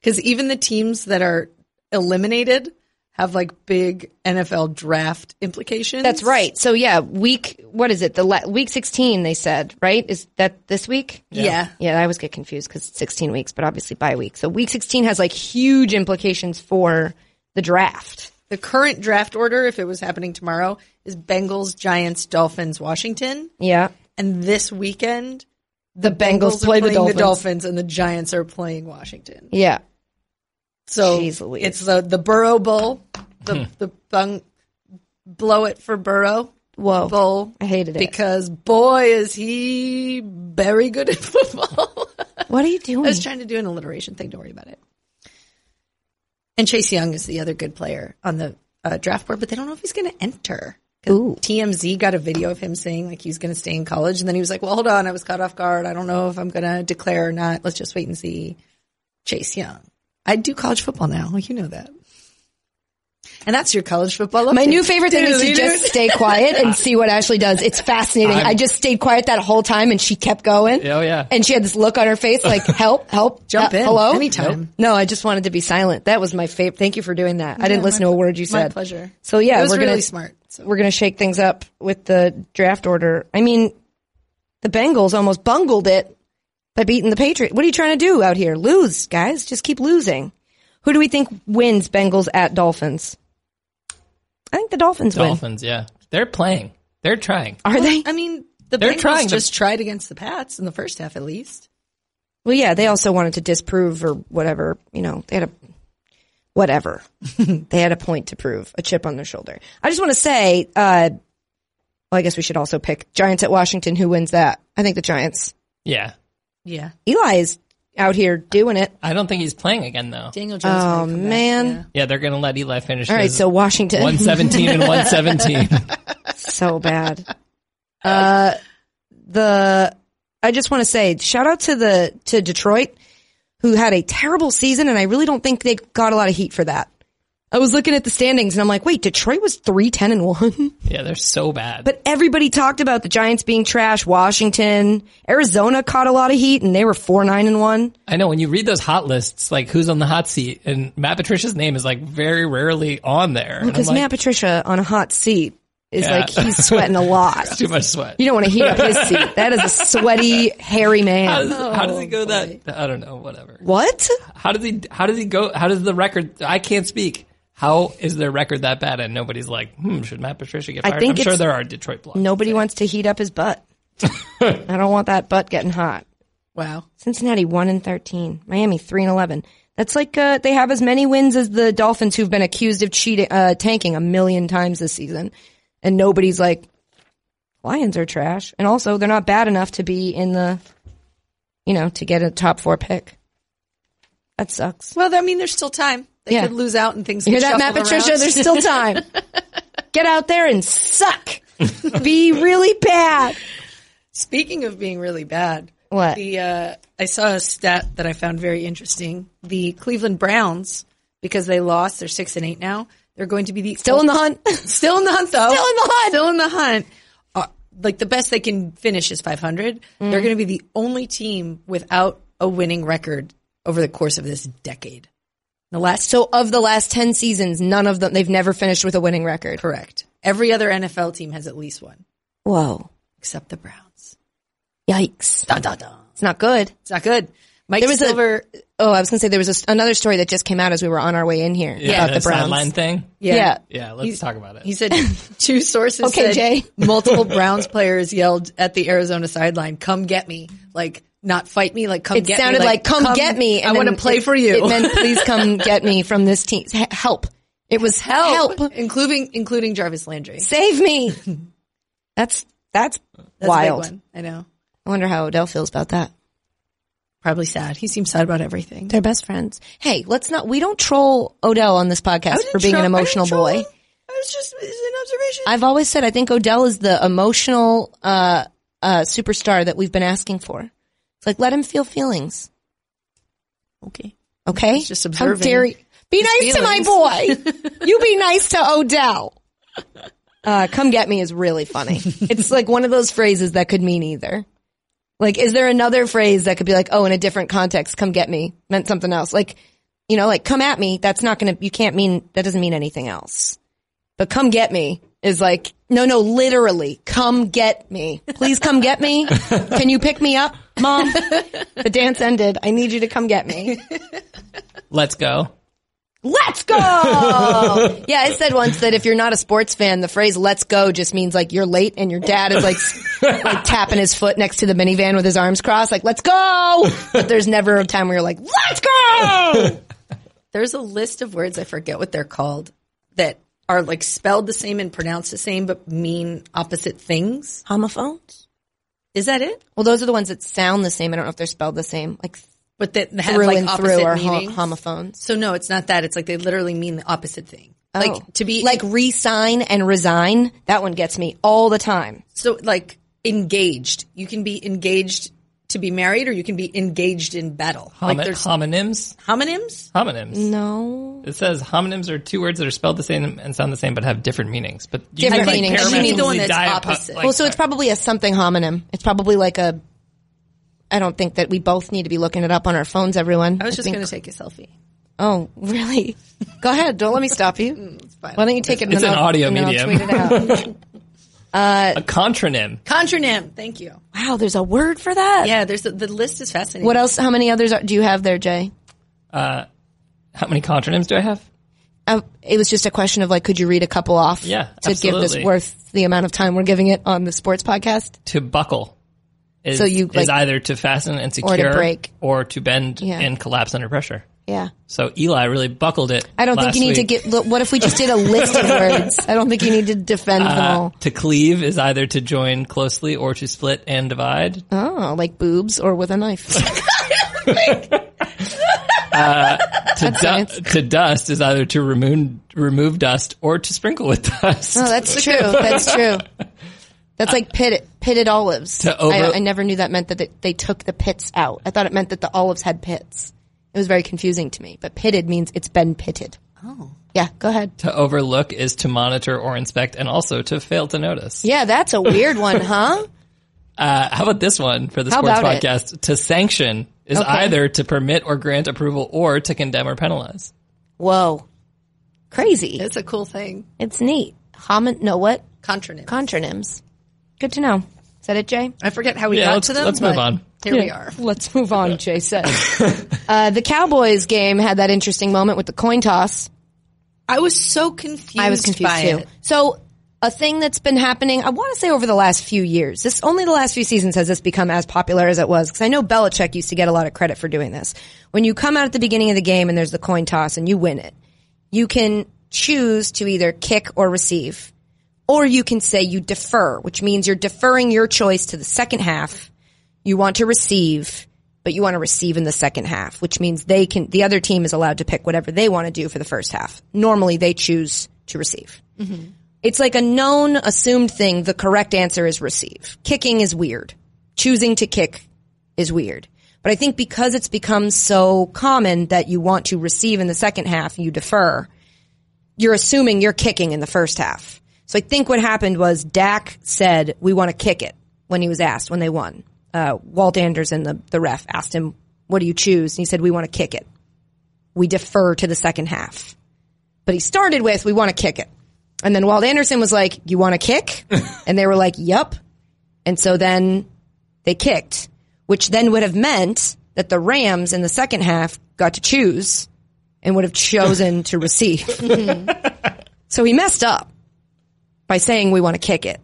Because even the teams that are eliminated have like big NFL draft implications. That's right. So yeah, week. What is it? The la- week sixteen. They said right. Is that this week? Yeah. Yeah, I always get confused because it's 16 weeks, but obviously by week. So week 16 has like huge implications for the draft. The current draft order, if it was happening tomorrow, is Bengals, Giants, Dolphins, Washington. Yeah. And this weekend, The, Bengals, are play the playing Dolphins. the Dolphins and the Giants are playing Washington. Yeah. So Jeez Louise. it's the the Burrow Bowl, the the bung, blow it for Burrow Whoa. Bowl. I hated it. because boy is he very good at football. what are you I doing? was trying to do an alliteration thing. Don't worry about it. And Chase Young is the other good player on the uh, draft board, but they don't know if he's going to enter. 'Cause Ooh. TMZ got a video of him saying like he's going to stay in college, and then he was like, "Well, hold on, I was caught off guard. I don't know if I'm going to declare or not. Let's just wait and see." Chase Young. I do college football now. You know that. And that's your college football. My update. new favorite thing is to just stay quiet and see what Ashley does. It's fascinating. i I'm- just stayed quiet that whole time and she kept going. Oh, yeah. And she had this look on her face like, help, help. Jump uh, in Hello? anytime. Nope. No, I just wanted to be silent. That was my favorite. Thank you for doing that. I didn't listen to a word you my said. pleasure. So yeah, It was we're really gonna, smart, so. We're going to shake things up with the draft order. I mean, the Bengals almost bungled it by beating the Patriots. What are you trying to do out here? Lose, guys. Just keep losing. Who do we think wins Bengals at Dolphins? I think the Dolphins win. Dolphins, yeah, they're playing. They're trying. Are they? I mean, the They're Bengals trying to- just tried against the Pats in the first half, at least. Well, yeah, they also wanted to disprove or whatever. You know, they had a whatever. they had a point to prove, a chip on their shoulder. I just want to say, uh, well, I guess we should also pick Giants at Washington. Who wins that? I think the Giants. Yeah, Yeah, Eli is out here doing it. I don't think he's playing again though. Daniel Jones. might Oh, come back, man. yeah. Yeah, they're gonna let Eli finish. All right, his so Washington, one seventeen and one seventeen. so bad. Uh, the I just want to say shout out to the to Detroit who had a terrible season, and I really don't think they got a lot of heat for that. I was looking at the standings, and I'm like, wait, Detroit was three ten and one. Yeah, they're so bad. But everybody talked about the Giants being trash. Washington, Arizona caught a lot of heat, and they were four nine and one. I know when you read those hot lists, like who's on the hot seat, and Matt Patricia's name is like very rarely on there. And I'm Because like, Matt Patricia on a hot seat is Yeah. like he's sweating a lot. too much sweat. You don't want to heat up his seat. That is a sweaty, hairy how, does, man. how does he Oh, go that? I don't know. Whatever. What? How does he? How does he go? How does the record? I can't speak. How is their record that bad? And nobody's like, hmm, should Matt Patricia get I fired? think I'm sure it's- there are Detroit blogs. Nobody wants to heat up his butt. I don't want that butt getting hot. Wow. Cincinnati one and thirteen. Miami three and eleven. That's like uh, they have as many wins as the Dolphins, who've been accused of cheating, uh, tanking a million times this season, and nobody's like, Lions are trash, and also they're not bad enough to be in the, you know, to get a top four pick. That sucks. Well, I mean, there's still time. They Yeah. could lose out and things. You hear that, get Matt shuffled Patricia? around. There's still time. Get out there and suck. Be really bad. Speaking of being really bad, What? the uh, I saw a stat that I found very interesting. The Cleveland Browns, because they lost, they're six and eight now. They're going to be the Still in the hunt. still in the hunt though. Still in the hunt. Still in the hunt. Uh, like the best they can finish is 500. They're Mm. going to be the only team without a winning record over the course of this decade. The last so of the last 10 seasons, none of them, they've never finished with a winning record. correct. Every other NFL team has at least one, Whoa. except the Browns. Yikes. Dun dun dun. It's not good. It's not good. Mike There was a- Silver. Oh, I was going to say there was a s another story that just came out as we were on our way in here Yeah, about the the Browns. sideline thing. yeah. yeah. Yeah, let's talk about it. He said two sources Okay, said Jay. multiple Browns players yelled at the Arizona sideline, "Come get me!" Like not fight me, like come It get sounded me. like, come, get me. I want to then play it- for you. It meant please come get me from this team. H- Help. It was help. including including Jarvis Landry. That's Save me. That's, that's, a big wild. one. I know. I wonder how Odell feels about that. Probably sad. He seems sad about everything. They're best friends. Hey, let's not, we don't troll Odell on this podcast for being an emotional boy. I was just it's an observation. I've always said I think Odell is the emotional uh, uh, superstar that we've been asking for. It's like let him feel feelings, okay. okay? He's just How observing dare you? Be nice to my boy. you be nice to Odell. Uh, come get me is really funny. it's like one of those phrases that could mean either. Like, is there another phrase that could be like, oh, in a different context, come get me meant something else? Like, you know, like come at me. That's not gonna. You can't mean that. Doesn't mean anything else. but come get me is like, no, no, literally, come get me. Please come get me. Can you pick me up, mom? The dance ended. I need you to come get me. Let's go. Let's go. Yeah, I said once that if you're not a sports fan, the phrase let's go just means like you're late and your dad is like, s- like tapping his foot next to the minivan with his arms crossed, like let's go. But there's never a time where you're like, let's go. There's a list of words I forget what they're called that are like spelled the same and pronounced the same but mean opposite things. Homophones? Is that it? Well, those are the ones that sound the same. I don't know if they're spelled the same. Like But that have through like and opposite through are hom- meanings. homophones. so no, it's not that. It's like they literally mean the opposite thing. Oh. Like to be like resign and resign. That one gets me all the time. so like engaged. You can be engaged to be married, or you can be engaged in battle. Homi- like there's homonyms. homonyms. Homonyms. Mm. No, It says homonyms are two words that are spelled the same and sound the same but have different meanings. But you Different can, like, meanings. You need the one paradoxically that's die upon- opposite. like- well, so it's probably a something homonym. It's probably like a. I don't think that we both need to be looking it up on our phones, everyone. I was just think- going to take a selfie. Oh, really? Go ahead. Don't let me stop you. Mm, fine. Why don't you take it? and It's then an I'll- audio and then I'll medium. tweet it out. a contronym. Contronym. Thank you. wow, there's a word for that. Yeah, there's the, the list is fascinating. What else? How many others are, do you have there, Jay? How many contronyms do I have? Uh, it was just a question of like, could you read a couple off? Yeah, to give this absolutely. worth the amount of time we're giving it on the sports podcast. To buckle. Is, So you, is like- either to fasten and secure break. or to bend Yeah. and collapse under pressure. Yeah. So Eli really buckled it. I don't think last you need week. to get. Look, what if we just did a list of words? I don't think you need to defend them Uh, all. to cleave is either to join closely or to split and divide. Oh, like boobs or with a knife. to, du- science. to dust is either to remove remove dust or to sprinkle with dust. No, Oh, that's true. That's true. That's like pitted, pitted olives. To over- I, I never knew that meant that it, they took the pits out. I thought it meant that the olives had pits. It was very confusing to me. But pitted means it's been pitted. Oh. Yeah, go ahead. to overlook is to monitor or inspect, and also to fail to notice. Yeah, that's a weird one, huh? Uh, how about this one for the How sports about it? podcast? To sanction is Okay. either to permit or grant approval or to condemn or penalize. Whoa. Crazy. It's, It's a cool thing. neat. Homon, no, what? Contronym. Contronyms. Good to know. Is that it, Jay? I forget how we Yeah, got let's- to them. let's move but on. Here we are. Let's move on, Jay said. uh, the Cowboys game had that interesting moment with the coin toss. I was so confused. I was confused by too. it. So a thing that's been happening, I want to say over the last few years, this only the last few seasons has this become as popular as it was. Cause I know Belichick used to get a lot of credit for doing this. When you come out at the beginning of the game and there's the coin toss and you win it, you can choose to either kick or receive, or you can say you defer, which means you're deferring your choice to the second half. You want to receive, but you want to receive in the second half, which means they can, the other team is allowed to pick whatever they want to do for the first half. Normally they choose to receive. It's like a known assumed thing. The correct answer is receive. Kicking is weird. choosing to kick is weird. But I think because it's become so common that you want to receive in the second half, you defer. You're assuming you're kicking in the first half. So I think what happened was Dak said, we want to kick it when he was asked when they won. Uh, Walt Anderson, the, the ref, asked him, what do you choose? And he said, we want to kick it. We defer to the second half. But he started with, we want to kick it. And then Walt Anderson was like, you want to kick? and they were like, yep. And so then they kicked, which then would have meant that the Rams in the second half got to choose and would have chosen to receive. so he messed up by saying we want to kick it.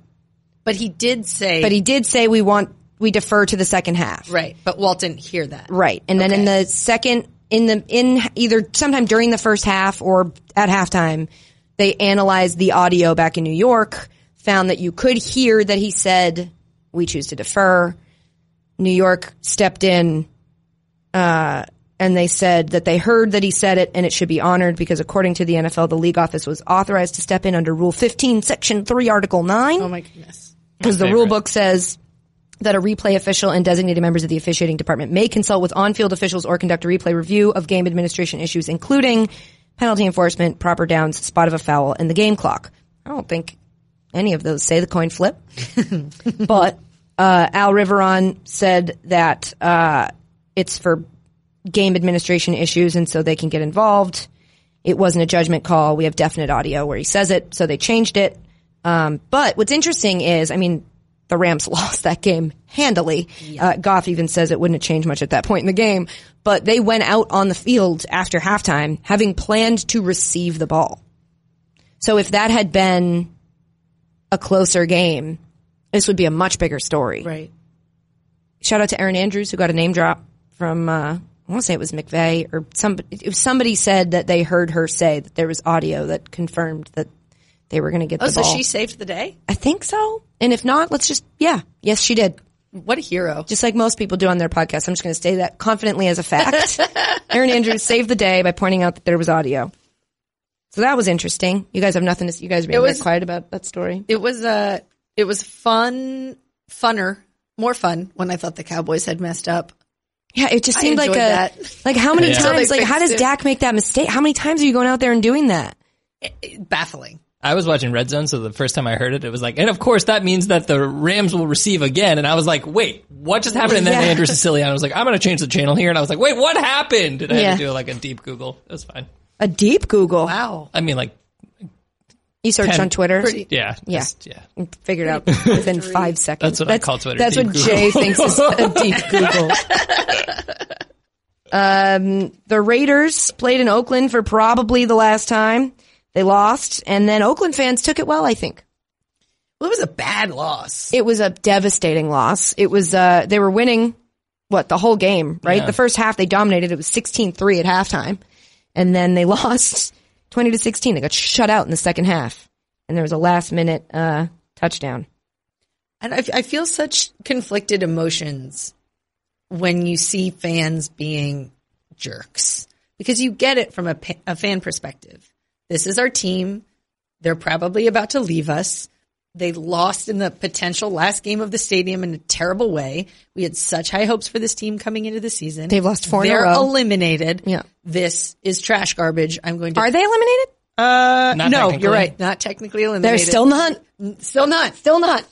But he did say, But he did say we want we defer to the second half. right. But Walt didn't hear that. Right. And then in the second in the in either sometime during the first half or at halftime, they analyzed the audio back in New York, found that you could hear that he said, "We choose to defer." New York stepped in uh, and they said that they heard that he said it and it should be honored because according to the NFL, the league office was authorized to step in under Rule 15, Section 3, Article 9. Oh my goodness. Because the rule book says that a replay official and designated members of the officiating department may consult with on-field officials or conduct a replay review of game administration issues, including penalty enforcement, proper downs, spot of a foul, and the game clock. I don't think any of those say the coin flip. but uh, Al Riveron said that uh, it's for game administration issues and so they can get involved. It wasn't a judgment call. We have definite audio where he says it, so they changed it. Um, but what's interesting is, I mean, the Rams lost that game handily. Uh, Goff even says it wouldn't have changed much at that point in the game, but they went out on the field after halftime having planned to receive the ball. So if that had been a closer game, this would be a much bigger story Right. shout out to Aaron Andrews who got a name drop from uh, I want to say it was McVeigh or somebody. It was somebody said that they heard her say that there was audio that confirmed that they were going to get Oh, the so ball. she saved the day? I think so. And if not, let's just yeah, yes, she did. What a hero. Just like most people do on their podcast, I'm just going to say that confidently as a fact. Aaron Andrews saved the day by pointing out that there was audio. So that was interesting. You guys have nothing to. You guys are being very was- quiet about that story. It was uh, it was fun, funner, more fun when I thought the Cowboys had messed up. Yeah, it just I seemed like a enjoyed that. like how many Yeah. Until times they like how fixed does it. Dak make that mistake? How many times are you going out there and doing that? Baffling. I was watching Red Zone, so the first time I heard it, it was like, and of course that means that the Rams will receive again. And I was like, wait, what just happened? And then Yeah. Andrew Siciliano was like, I'm going to change the channel here. And I was like, wait, what happened? And I Yeah. had to do like a deep Google. It was fine. A deep Google. Wow. I mean, like, You searched Ten. on Twitter. Pretty- yeah, Yeah. just- yeah. and Figured out within five seconds. That's what I call Twitter, That's deep what Google. Jay thinks is a deep Google. um, the Raiders played in Oakland for probably the last time. They lost, and then Oakland fans took it well. I think Well, it was a bad loss. it was a devastating loss. It was uh, they were winning what the whole game, right? The first half they dominated. It was 16-3 at halftime, and then they lost twenty to sixteen. They got shut out in the second half, and there was a last minute uh, touchdown. And I, I feel such conflicted emotions when you see fans being jerks because you get it from a, pa- a fan perspective. This is our team. They're probably about to leave us. They lost in the potential last game of the stadium in a terrible way. We had such high hopes for this team coming into the season. They've lost four in a They're row. eliminated. Yeah. This is trash garbage. I'm going to. Are they eliminated? Not no, technically. you're right. Not technically eliminated. They're still not. Still not. Still not.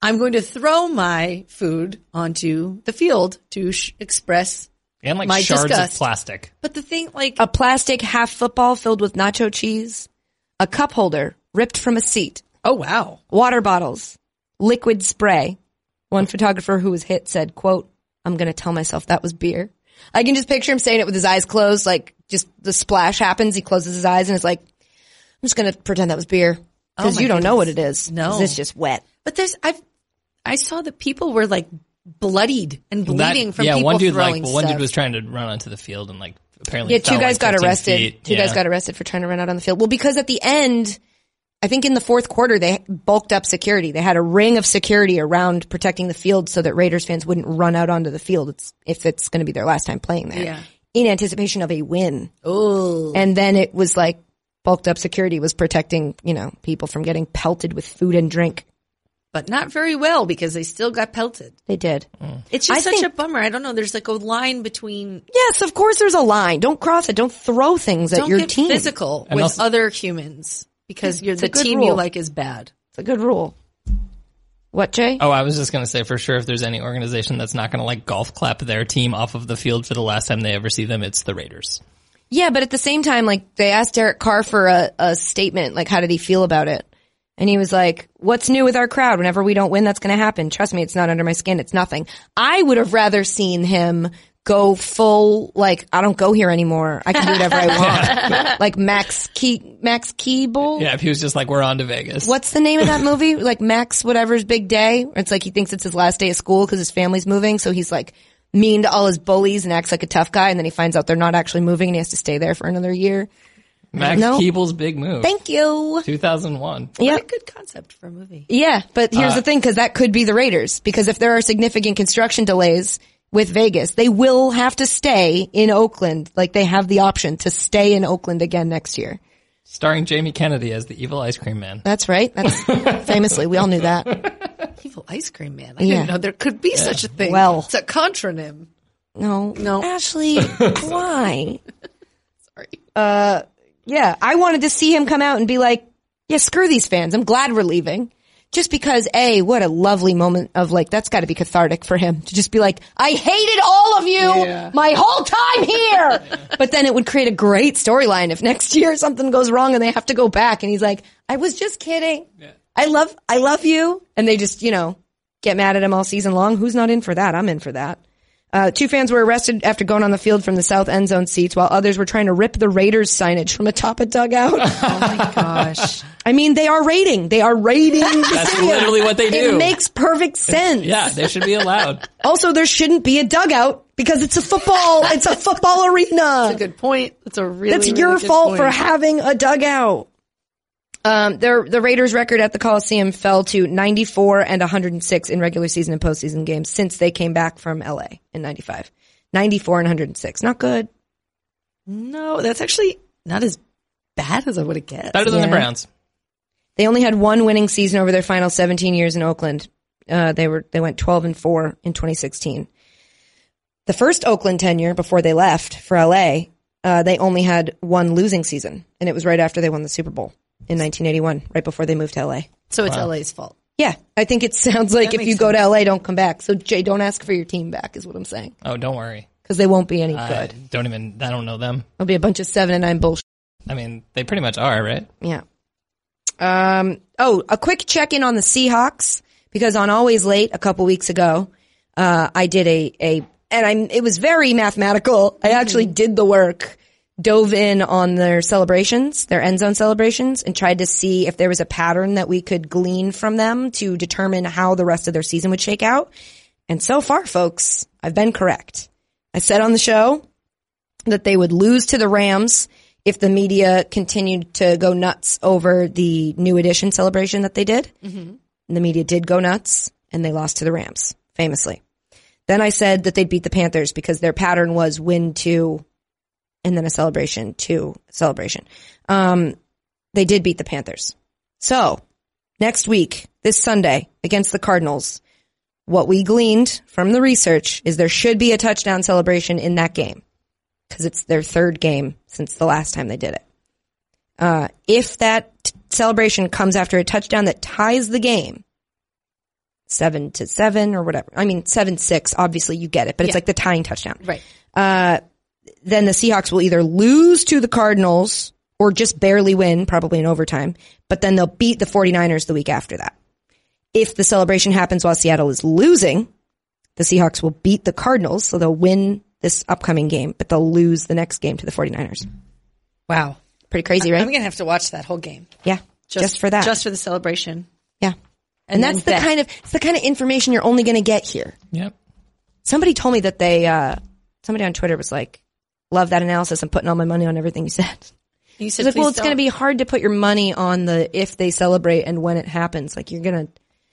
I'm going to throw my food onto the field to sh- express. And like My shards disgust. of plastic. But the thing, like, A plastic half football filled with nacho cheese, a cup holder ripped from a seat, oh wow, water bottles, liquid spray. One photographer who was hit said, quote, I'm going to tell myself that was beer. I can just picture him saying it with his eyes closed, like just the splash happens. He closes his eyes and it's like, I'm just going to pretend that was beer because Oh my you don't know what it is. No. 'Cause It's just wet. but there's I've I saw that people were like bloodied and That- bleeding from yeah, people one dude throwing like one stuff. dude was trying to run onto the field and like apparently Yeah, two fell, guys like, got 15 arrested. feet. Two yeah. guys got arrested for trying to run out on the field. Well, because at the end, I think in the fourth quarter they bulked up security. They had a ring of security around protecting the field so that Raiders fans wouldn't run out onto the field it's, if it's going to be their last time playing there. Yeah. In anticipation of a win. oh, And then it was like bulked up security was protecting, you know, people from getting pelted with food and drink. but not very well because they still got pelted. They did. It's just I such think- a bummer. I don't know. There's like a line between Yes, of course there's a line. Don't cross it. Don't throw things at don't your get team. physical And with also- other humans because you're, It's a the good team you rule. like is bad. It's a good rule. What, Jay? Oh, I was just going to say for sure if there's any organization that's not going to like golf clap their team off of the field for the last time they ever see them, it's the Raiders. Yeah, but at the same time, like they asked Derek Carr for a, a statement. Like, how did he feel about it? And he was like, what's new with our crowd? Whenever we don't win, that's going to happen. Trust me, it's not under my skin. It's nothing. I would have rather seen him go full, like, I don't go here anymore. I can do whatever I want. like Max Key, Max Keeble. Yeah, if he was just like, we're on to Vegas. What's the name of that movie? Like Max whatever's big day. Or It's like he thinks it's his last day of school because his family's moving. So he's like mean to all his bullies and acts like a tough guy. And then he finds out they're not actually moving and he has to stay there for another year. Max No. Keeble's big move. Thank you. 2001. Yeah. What a good concept for a movie. Yeah. But here's the thing. Cause that could be the Raiders because if there are significant construction delays with Vegas, they will have to stay in Oakland. Like they have the option to stay in Oakland again next year. Starring Jamie Kennedy as the evil ice cream man. That's right. That's famously, we all knew that. Evil ice cream man. I Yeah. didn't know there could be such a thing. Well. it's a contronym. No, No. Ashley, why? Sorry. Uh, yeah, I wanted to see him come out and be like, "Yeah, screw these fans. I'm glad we're leaving." Just because, a, what a lovely moment of like that's got to be cathartic for him to just be like, "I hated all of you my whole time here." but then it would create a great storyline if next year something goes wrong and they have to go back, and he's like, "I was just kidding. I love, I love you," and they just, you know, get mad at him all season long. Who's not in for that? I'm in for that. Uh, two fans were arrested after going on the field from the south end zone seats, while others were trying to rip the Raiders signage from atop a dugout. Oh my gosh. I mean, they are raiding. They are raiding. The That's literally what they do. it makes perfect sense. yeah, they should be allowed. Also, there shouldn't be a dugout because it's a football. it's a football arena. Good point. That's a really That's really your good fault point. for having a dugout. Um, their the Raiders' record at the Coliseum fell to 94 and 106 in regular season and postseason games since they came back from LA in 95. 94 and 106, not good. No, that's actually not as bad as I would have guessed. Better than the Yeah. Browns. They only had one winning season over their final 17 years in Oakland. Uh, they were they went 12 and 4 in 2016. The first Oakland tenure before they left for LA, uh, they only had one losing season, and it was right after they won the Super Bowl in 1981, right before they moved to LA. so it's LA's fault. Yeah, I think it sounds like if makes you go to LA, don't come back. So Jay, don't ask for your team back, is what I'm saying, Oh, don't worry. because they won't be any I good. don't even, I don't know them. It'll be a bunch of seven and nine bullshit. I mean, they pretty much are, right? Yeah. Um, oh, a quick check in on the Seahawks because on Always Late a couple weeks ago, uh, I did a, a, and I'm, it was very mathematical. I actually did the work, dove in on their celebrations, their end zone celebrations and tried to see if there was a pattern that we could glean from them to determine how the rest of their season would shake out. And so far, folks, I've been correct. I said on the show that they would lose to the Rams if the media continued to go nuts over the new edition celebration that they did. And the media did go nuts and they lost to the Rams, famously. Then I said that they'd beat the Panthers because their pattern was win two and then a celebration, two celebration. Um, they did beat the Panthers. So next week, this Sunday against the Cardinals, what we gleaned from the research is there should be a touchdown celebration in that game because it's their third game since the last time they did it. Uh, if that t- celebration comes after a touchdown that ties the game, seven to seven or whatever. I mean, seven six. Obviously, you get it, but it's Yeah. like the tying touchdown. Right. Uh, then the Seahawks will either lose to the Cardinals or just barely win, probably in overtime. But then they'll beat the 49ers the week after that. If the celebration happens while Seattle is losing, the Seahawks will beat the Cardinals, so they'll win this upcoming game, but they'll lose the next game to the 49ers. Wow. Pretty crazy, right? I'm going to have to watch that whole game. yeah. Just, for that. Uh, Just for the celebration. yeah. And, that's the then bet. kind of it's the kind of information you're only going to get here. Yep. Somebody told me that they uh somebody on Twitter was like, "Love that analysis. I'm putting all my money on everything you said." You said, It's like, well, it's going going to be hard to put your money on the if they celebrate and when it happens. Like, you're going to,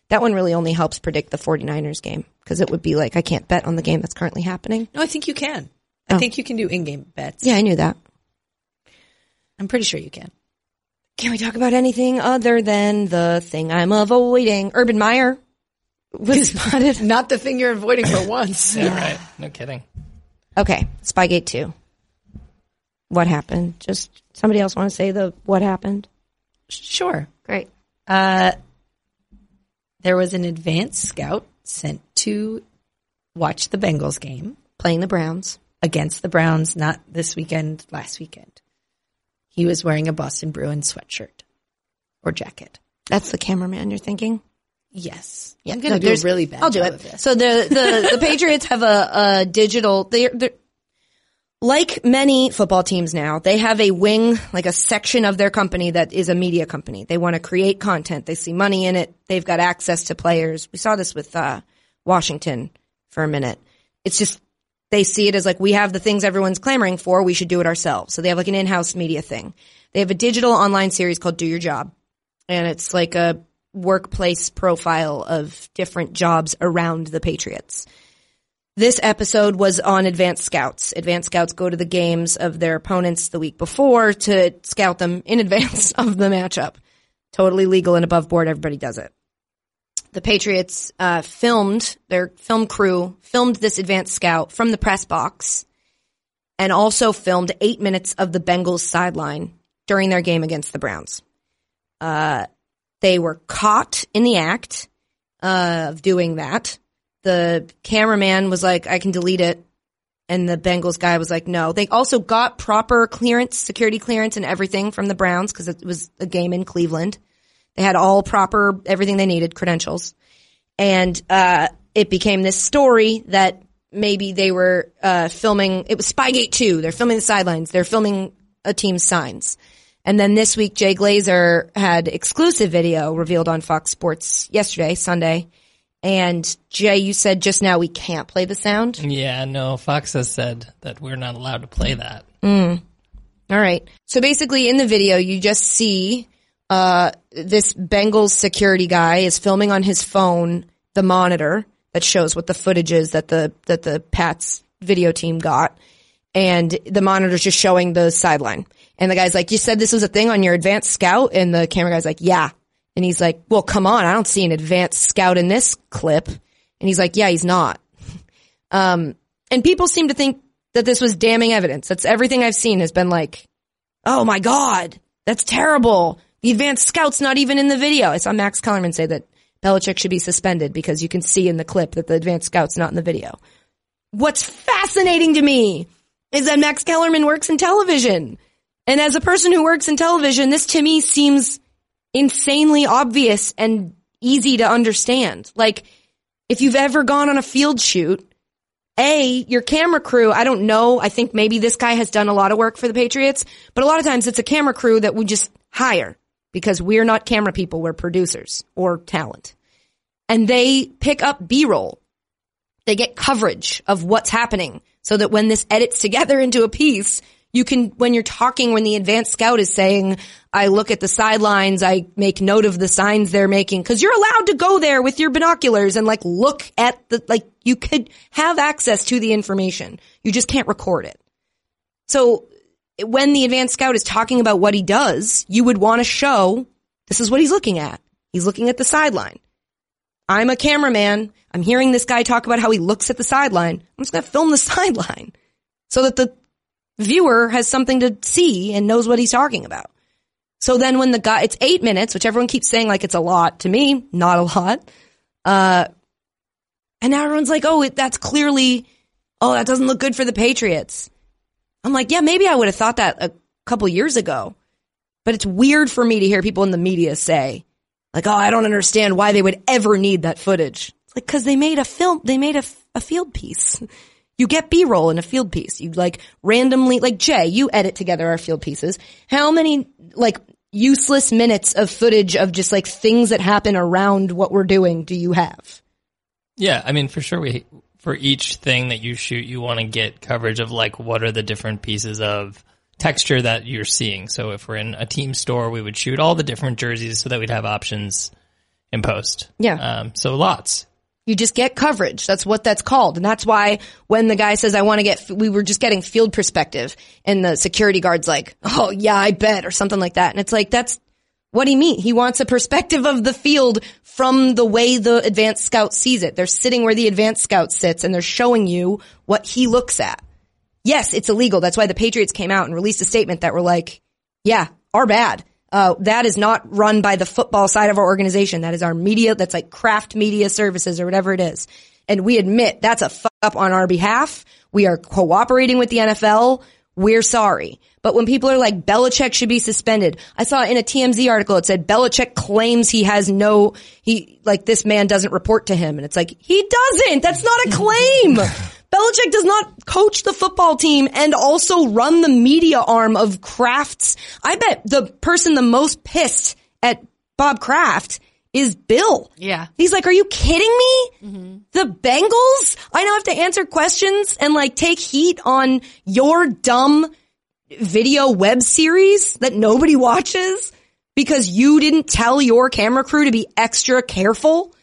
that one really only helps predict the 49ers game because it would be like, I can't bet on the game that's currently happening. No, I think you can. I Oh. think you can do in-game bets. Yeah, I knew that. I'm pretty sure you can. Can we talk about anything other than the thing I'm avoiding? Urban Meyer was spotted. Not the thing you're avoiding for once. Yeah, right. No kidding. Okay, Spygate 2. What happened? Just somebody else want to say the what happened? Sure. Great. Uh, there was an advance scout sent to watch the Bengals game Playing the Browns. against the Browns, not this weekend, last weekend. He was wearing a Boston Bruins sweatshirt or jacket. That's the cameraman you're thinking? Yes. I'm going No, to do a there's- really bad I'll do job it. of this. So the the, the Patriots have a, a digital. They're, they're like many football teams now. They have a wing, like a section of their company that is a media company. They want to create content. They see money in it. They've got access to players. We saw this with uh, Washington for a minute. It's just they see it as like we have the things everyone's clamoring for. We should do it ourselves. So they have like an in-house media thing. They have a digital online series called Do Your Job and it's like a workplace profile of different jobs around the Patriots. This episode was on advanced scouts. Advanced scouts go to the games of their opponents the week before to scout them in advance of the matchup. Totally legal and above board. Everybody does it. The Patriots uh, filmed their film crew filmed this advanced scout from the press box, and also filmed eight minutes of the Bengals sideline during their game against the Browns they were caught in the act uh, of doing that. The cameraman was like, I can delete it. And the Bengals guy was like, no. They also got proper clearance, security clearance and everything from the Browns because it was a game in Cleveland. They had all proper, everything they needed, credentials. And uh, it became this story that maybe they were uh, filming, it was Spygate 2. They're filming the sidelines, they're filming a team's signs. And then this week, Jay Glazer had exclusive video revealed on Fox Sports yesterday, Sunday. And Jay, you said just now we can't play the sound. Yeah, no. Fox has said that we're not allowed to play that. All right. So basically, in the video, you just see uh, this Bengals security guy is filming on his phone the monitor that shows what the footage is that the that the Pats video team got, and the monitor's just showing the sideline. And the guy's like, "You said this was a thing on your advanced scout," and the camera guy's like, "Yeah." And he's like, "Well, come on, I don't see an advanced scout in this clip." And he's like, "Yeah, he's not." Um, and people seem to think that this was damning evidence. That's everything I've seen has been like, oh my God, that's terrible. The advanced scout's not even in the video. I saw Max Kellerman say that Belichick should be suspended because you can see in the clip that the advanced scout's not in the video. What's fascinating to me is that Max Kellerman works in television. And as a person who works in television, this to me seems insanely obvious and easy to understand. Like, if you've ever gone on a field shoot, a, your camera crew, I don't know. I think maybe this guy has done a lot of work for the Patriots, but a lot of times it's a camera crew that we just hire because we're not camera people. We're producers or talent. And they pick up B roll. They get coverage of what's happening so that when this edits together into a piece, you can, when you're talking, when the advanced scout is saying, I look at the sidelines, I make note of the signs they're making, cause you're allowed to go there with your binoculars and like look at the, like you could have access to the information. You just can't record it. So when the advanced scout is talking about what he does, you would want to show this is what he's looking at. He's looking at the sideline. I'm a cameraman. I'm hearing this guy talk about how he looks at the sideline. I'm just going to film the sideline so that the viewer has something to see and knows what he's talking about. So then when the guy, it's eight minutes, which everyone keeps saying like it's a lot. To me, not a lot. Uh, and now everyone's like, oh, it, that's clearly, oh, that doesn't look good for the Patriots. I'm like, yeah, maybe I would have thought that a couple years ago. But it's weird for me to hear people in the media say, like, oh, I don't understand why they would ever need that footage. It's like, cause they made a film, they made a, f- a field piece. You get B-roll in a field piece. You like randomly, like Jay, you edit together our field pieces. How many like useless minutes of footage of just like things that happen around what we're doing do you have? Yeah, I mean, for sure, we for each thing that you shoot, you want to get coverage of like what are the different pieces of texture that you're seeing. So if we're in a team store, we would shoot all the different jerseys so that we'd have options in post. Yeah. Um, so lots. You just get coverage. That's what that's called. And that's why when the guy says, I want to get, we were just getting field perspective and the security guard's like, oh yeah, I bet or something like that. And it's like, that's What do you mean? He wants a perspective of the field from the way the advanced scout sees it. They're sitting where the advanced scout sits and they're showing you what he looks at. Yes, it's illegal. That's why the Patriots came out and released a statement that were like, yeah, our bad. Uh, that is not run by the football side of our organization. That is our media. That's like craft media services or whatever it is. And we admit that's a fuck up on our behalf. We are cooperating with the NFL. We're sorry. But when people are like, Belichick should be suspended. I saw in a TMZ article, it said Belichick claims he has no, he, like this man doesn't report to him. And it's like, he doesn't. That's not a claim. Belichick does not coach the football team and also run the media arm of Kraft's. I bet the person the most pissed at Bob Kraft is Bill. Yeah. He's like, are you kidding me? The Bengals? I now have to answer questions and like take heat on your dumb video web series that nobody watches because you didn't tell your camera crew to be extra careful.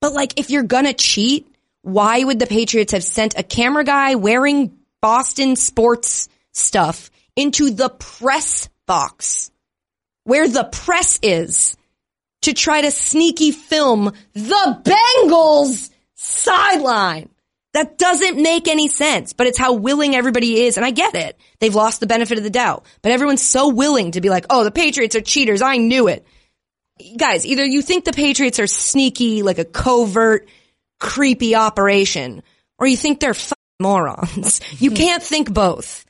But like, if you're gonna cheat, why would the Patriots have sent a camera guy wearing Boston sports stuff into the press box where the press is to try to sneaky film the Bengals sideline? That doesn't make any sense, but it's how willing everybody is. And I get it. They've lost the benefit of the doubt, but everyone's so willing to be like, Oh, the Patriots are cheaters. I knew it guys, either you think the Patriots are sneaky, like a covert, creepy operation, or you think they're f- morons. You can't think both.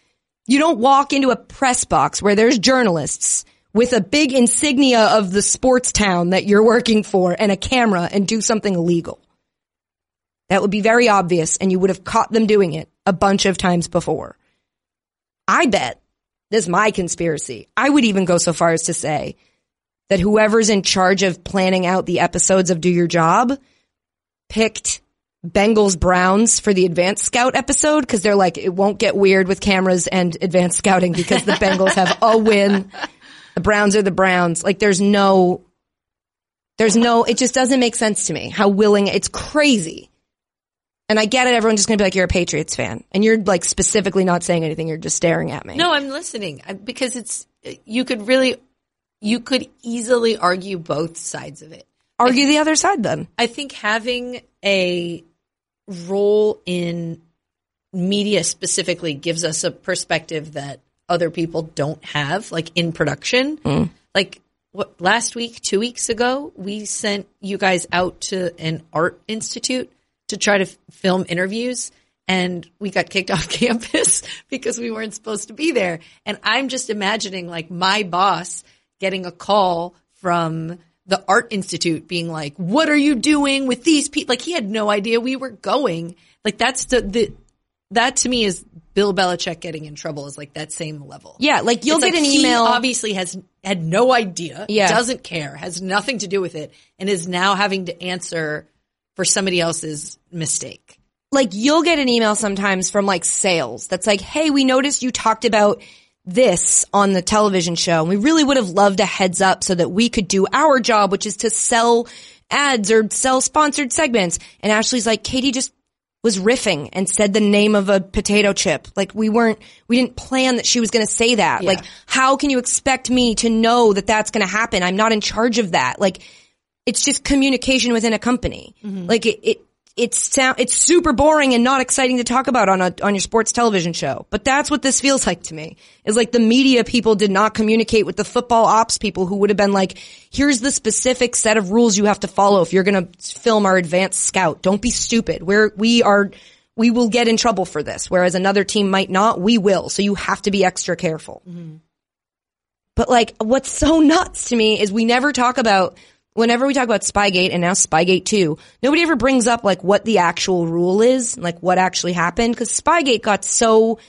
You don't walk into a press box where there's journalists with a big insignia of the sports town that you're working for and a camera and do something illegal. That would be very obvious and you would have caught them doing it a bunch of times before. I bet this is my conspiracy. I would even go so far as to say that whoever's in charge of planning out the episodes of Do Your Job picked Bengals Browns for the Advanced Scout episode because they're like, it won't get weird with cameras and advanced scouting because the Bengals have a win. The Browns are the Browns. Like, there's no, there's no, it just doesn't make sense to me how willing, it's crazy. And I get it. Everyone's just going to be like, you're a Patriots fan. And you're like specifically not saying anything. You're just staring at me. No, I'm listening I- because it's uh, you could really you could easily argue both sides of it. Argue the other side then. I think having a role in media specifically gives us a perspective that other people don't have, like in production. Like what last week, two weeks ago, we sent you guys out to an art institute to try to f- film interviews. And we got kicked off campus because we weren't supposed to be there. And I'm just imagining like my boss getting a call from the art institute being like, what are you doing with these people? Like he had no idea we were going. Like that's the, the, that to me is Bill Belichick getting in trouble is like that same level. Yeah. Like you'll It's get like an he email. obviously has had no idea. Yeah. Doesn't care. Has nothing to do with it, and is now having to answer for somebody else's mistake. like you'll get an email sometimes from like sales that's like, Hey, we noticed you talked about this on the television show and we really would have loved a heads up so that we could do our job, which is to sell ads or sell sponsored segments. And Ashley's like, Katie just was riffing and said the name of a potato chip. Like we weren't, we didn't plan that she was going to say that. Like how can you expect me to know that that's going to happen? I'm not in charge of that. Like it's just communication within a company. Like it, it, it's sound, it's super boring and not exciting to talk about on a, on your sports television show. But that's what this feels like to me. Is like the media people did not communicate with the football ops people who would have been like, here's the specific set of rules you have to follow if you're going to film our advanced scout. Don't be stupid. We're, we are, we will get in trouble for this. Whereas another team might not, we will. So you have to be extra careful. But like, what's so nuts to me is we never talk about, whenever we talk about Spygate and now Spygate 2, nobody ever brings up like what the actual rule is, and, like what actually happened, because Spygate got so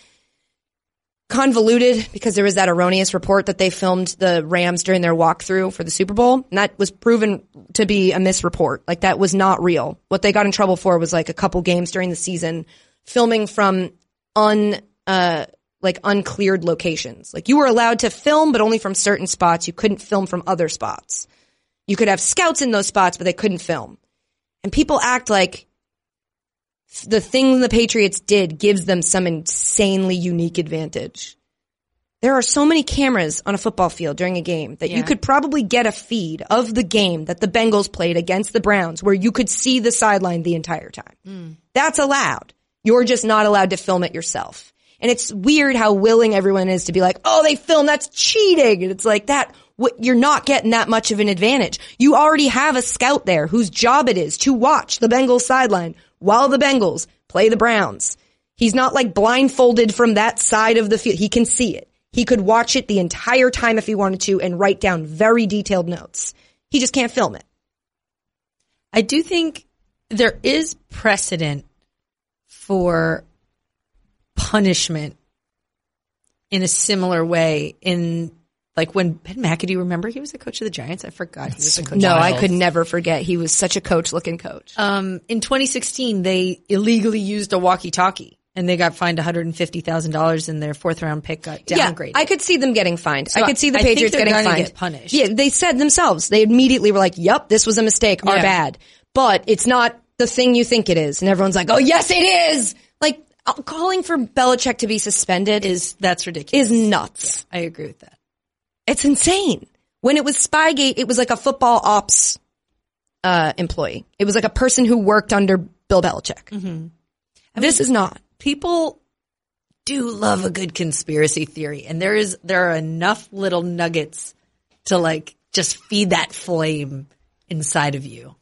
convoluted because there was that erroneous report that they filmed the Rams during their walkthrough for the Super Bowl. And that was proven to be a misreport. Like that was not real. What they got in trouble for was like a couple games during the season filming from un, uh, like uncleared locations. Like you were allowed to film, but only from certain spots. You couldn't film from other spots. You could have scouts in those spots, but they couldn't film. And people act like the thing the Patriots did gives them some insanely unique advantage. There are so many cameras on a football field during a game that you could probably get a feed of the game that the Bengals played against the Browns where you could see the sideline the entire time. That's allowed. You're just not allowed to film it yourself. And it's weird how willing everyone is to be like, oh, they film, that's cheating. And it's like that, what, you're not getting that much of an advantage. You already have a scout there whose job it is to watch the Bengals sideline while the Bengals play the Browns. He's not like blindfolded from that side of the field. He can see it. He could watch it the entire time if he wanted to and write down very detailed notes. He just can't film it. I do think there is precedent for punishment in a similar way in like when Ben McAdoo, remember he was the coach of the Giants? I forgot he was the coach. No, of the I Giants. could never forget. He was such a coach looking coach. Um, in 2016, they illegally used a walkie-talkie and they got fined $150,000 and their fourth round pick got downgraded. Yeah, I could see them getting fined. I could see the I think Patriots they're getting gonna fined. get punished. Yeah, they said themselves. They immediately were like, "Yep, this was a mistake. Our Yeah. bad." But it's not the thing you think it is, and everyone's like, "Oh, yes, it is." Like uh, calling for Belichick to be suspended is is, that's ridiculous. is nuts. I agree with that. It's insane. When it was Spygate, it was like a football ops uh, employee. It was like a person who worked under Bill Belichick. This is not. people do love a good conspiracy theory and there is there are enough little nuggets to like just feed that flame inside of you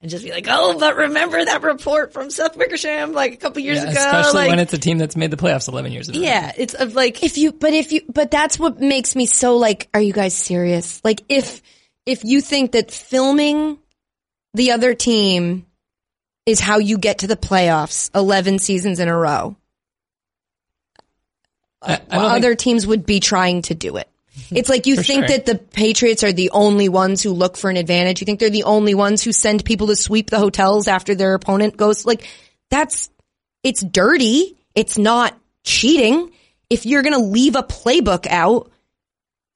and just be like oh but remember that report from Seth Wickersham like a couple years Yeah, ago especially like when it's a team that's made the playoffs 11 years ago. yeah it's of like if you but if you but that's what makes me so like are you guys serious like if if you think that filming the other team is how you get to the playoffs 11 seasons in a row I, I don't think- Mm-hmm. other teams would be trying to do it it's like you For think sure. that the patriots are the only ones who look for an advantage you think they're the only ones who send people to sweep the hotels after their opponent goes like that's it's dirty. It's not cheating. If you're going to leave a playbook out,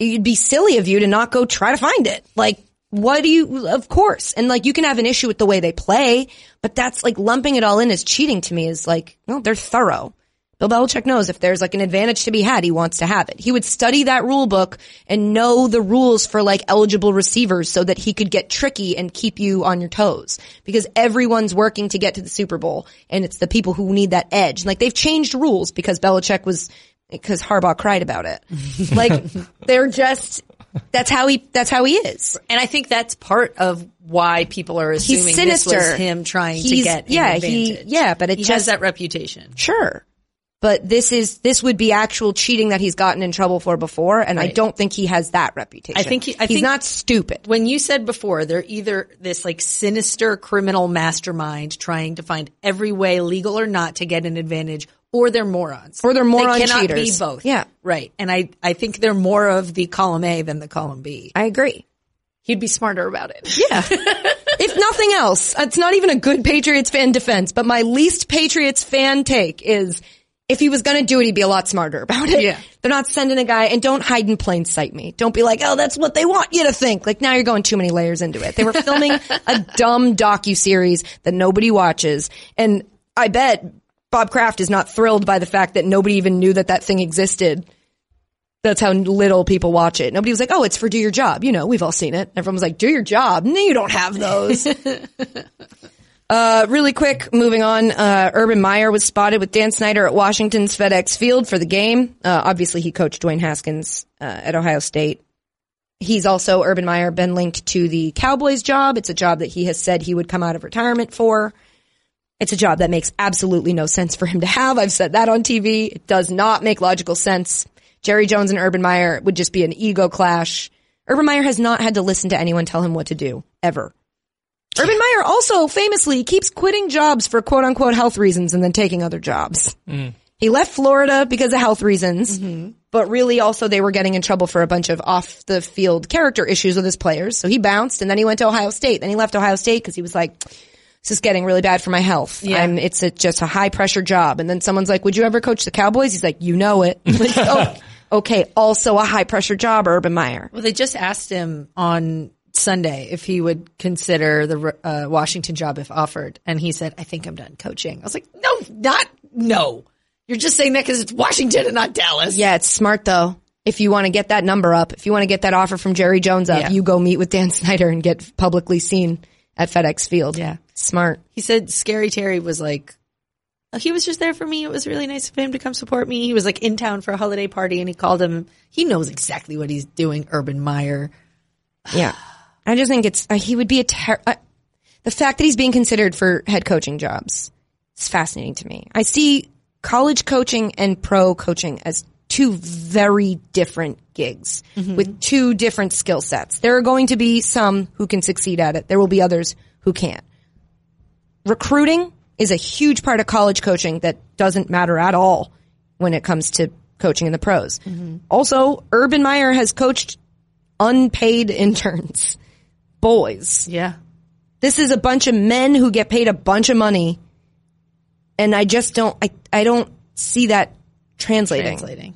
it'd be silly of you to not go try to find it. Like, what do you, of course. And like, you can have an issue with the way they play, but that's like lumping it all in as cheating to me is like, no, they're thorough. Bill Belichick knows if there's like an advantage to be had, he wants to have it. He would study that rule book and know the rules for like eligible receivers so that he could get tricky and keep you on your toes because everyone's working to get to the Super Bowl and it's the people who need that edge. Like they've changed rules because Belichick was, because Harbaugh cried about it. like they're just, that's how he, that's how he is. and I think that's part of why people are assuming this sinister. was him trying to He's- get an yeah, he- advantage. yeah, but it he just- has that reputation Sure. But this is, this would be actual cheating that he's gotten in trouble for before. And I don't think he has that reputation. I think he- I he's think- not stupid. when you said before they're either this like sinister criminal mastermind trying to find every way legal or not to get an advantage or they're morons Or they're moron they cannot cheaters. be both Yeah. right and i i think they're more of the column a than the column b I agree. he'd be smarter about it Yeah. if nothing else, it's not even a good Patriots fan defense, but my least Patriots fan take is if he was going to do it, he'd be a lot smarter about it. Yeah. They're not sending a guy and don't hide in plain sight me. Don't be like, oh, that's what they want you to think. Like now you're going too many layers into it. They were filming a dumb docu series that nobody watches. And I bet Bob Kraft is not thrilled by the fact that nobody even knew that that thing existed. That's how little people watch it. Nobody was like, oh, it's for do your job. You know, we've all seen it. Everyone was like, do your job. No, you don't have those. uh, really quick, moving on. Uh, Urban Meyer was spotted with Dan Snyder at Washington's FedEx Field for the game. Uh, obviously, he coached Dwayne Haskins uh, at Ohio State. He's also, Urban Meyer, been linked to the Cowboys job. It's a job that he has said he would come out of retirement for. It's a job that makes absolutely no sense for him to have. I've said that on TV. It does not make logical sense. Jerry Jones and Urban Meyer would just be an ego clash. Urban Meyer has not had to listen to anyone tell him what to do ever. Urban Meyer also famously keeps quitting jobs for quote unquote health reasons and then taking other jobs. He left Florida because of health reasons, but really also they were getting in trouble for a bunch of off the field character issues with his players. So he bounced and then he went to Ohio State. Then he left Ohio State because he was like, this is getting really bad for my health. I'm, it's a, just a high pressure job. And then someone's like, would you ever coach the Cowboys? He's like, you know it. Like, oh, okay. Also a high pressure job, Urban Meyer. well they just asked him on Sunday, if he would consider the uh, Washington job if offered, and he said, "I think I'm done coaching." I was like, "No, not no. You're just saying that because it's Washington and not Dallas." Yeah. It's smart though. If you want to get that number up, if you want to get that offer from Jerry Jones up, Yeah. you go meet with Dan Snyder and get publicly seen at FedEx Field. Yeah. Smart. He said Scary Terry was like, "Oh, he was just there for me. It was really nice of him to come support me. He was like in town for a holiday party and he called him. He knows exactly what he's doing, Urban Meyer. Yeah. I just think it's, uh, he would be a ter- uh, the fact that he's being considered for head coaching jobs is fascinating to me. I see college coaching and pro coaching as two very different gigs with two different skill sets. There are going to be some who can succeed at it. There will be others who can't. Recruiting is a huge part of college coaching that doesn't matter at all when it comes to coaching in the pros. Also, Urban Meyer has coached unpaid interns. Boys. Yeah. This is a bunch of men who get paid a bunch of money. And I just don't, I, I don't see that translating. Translating.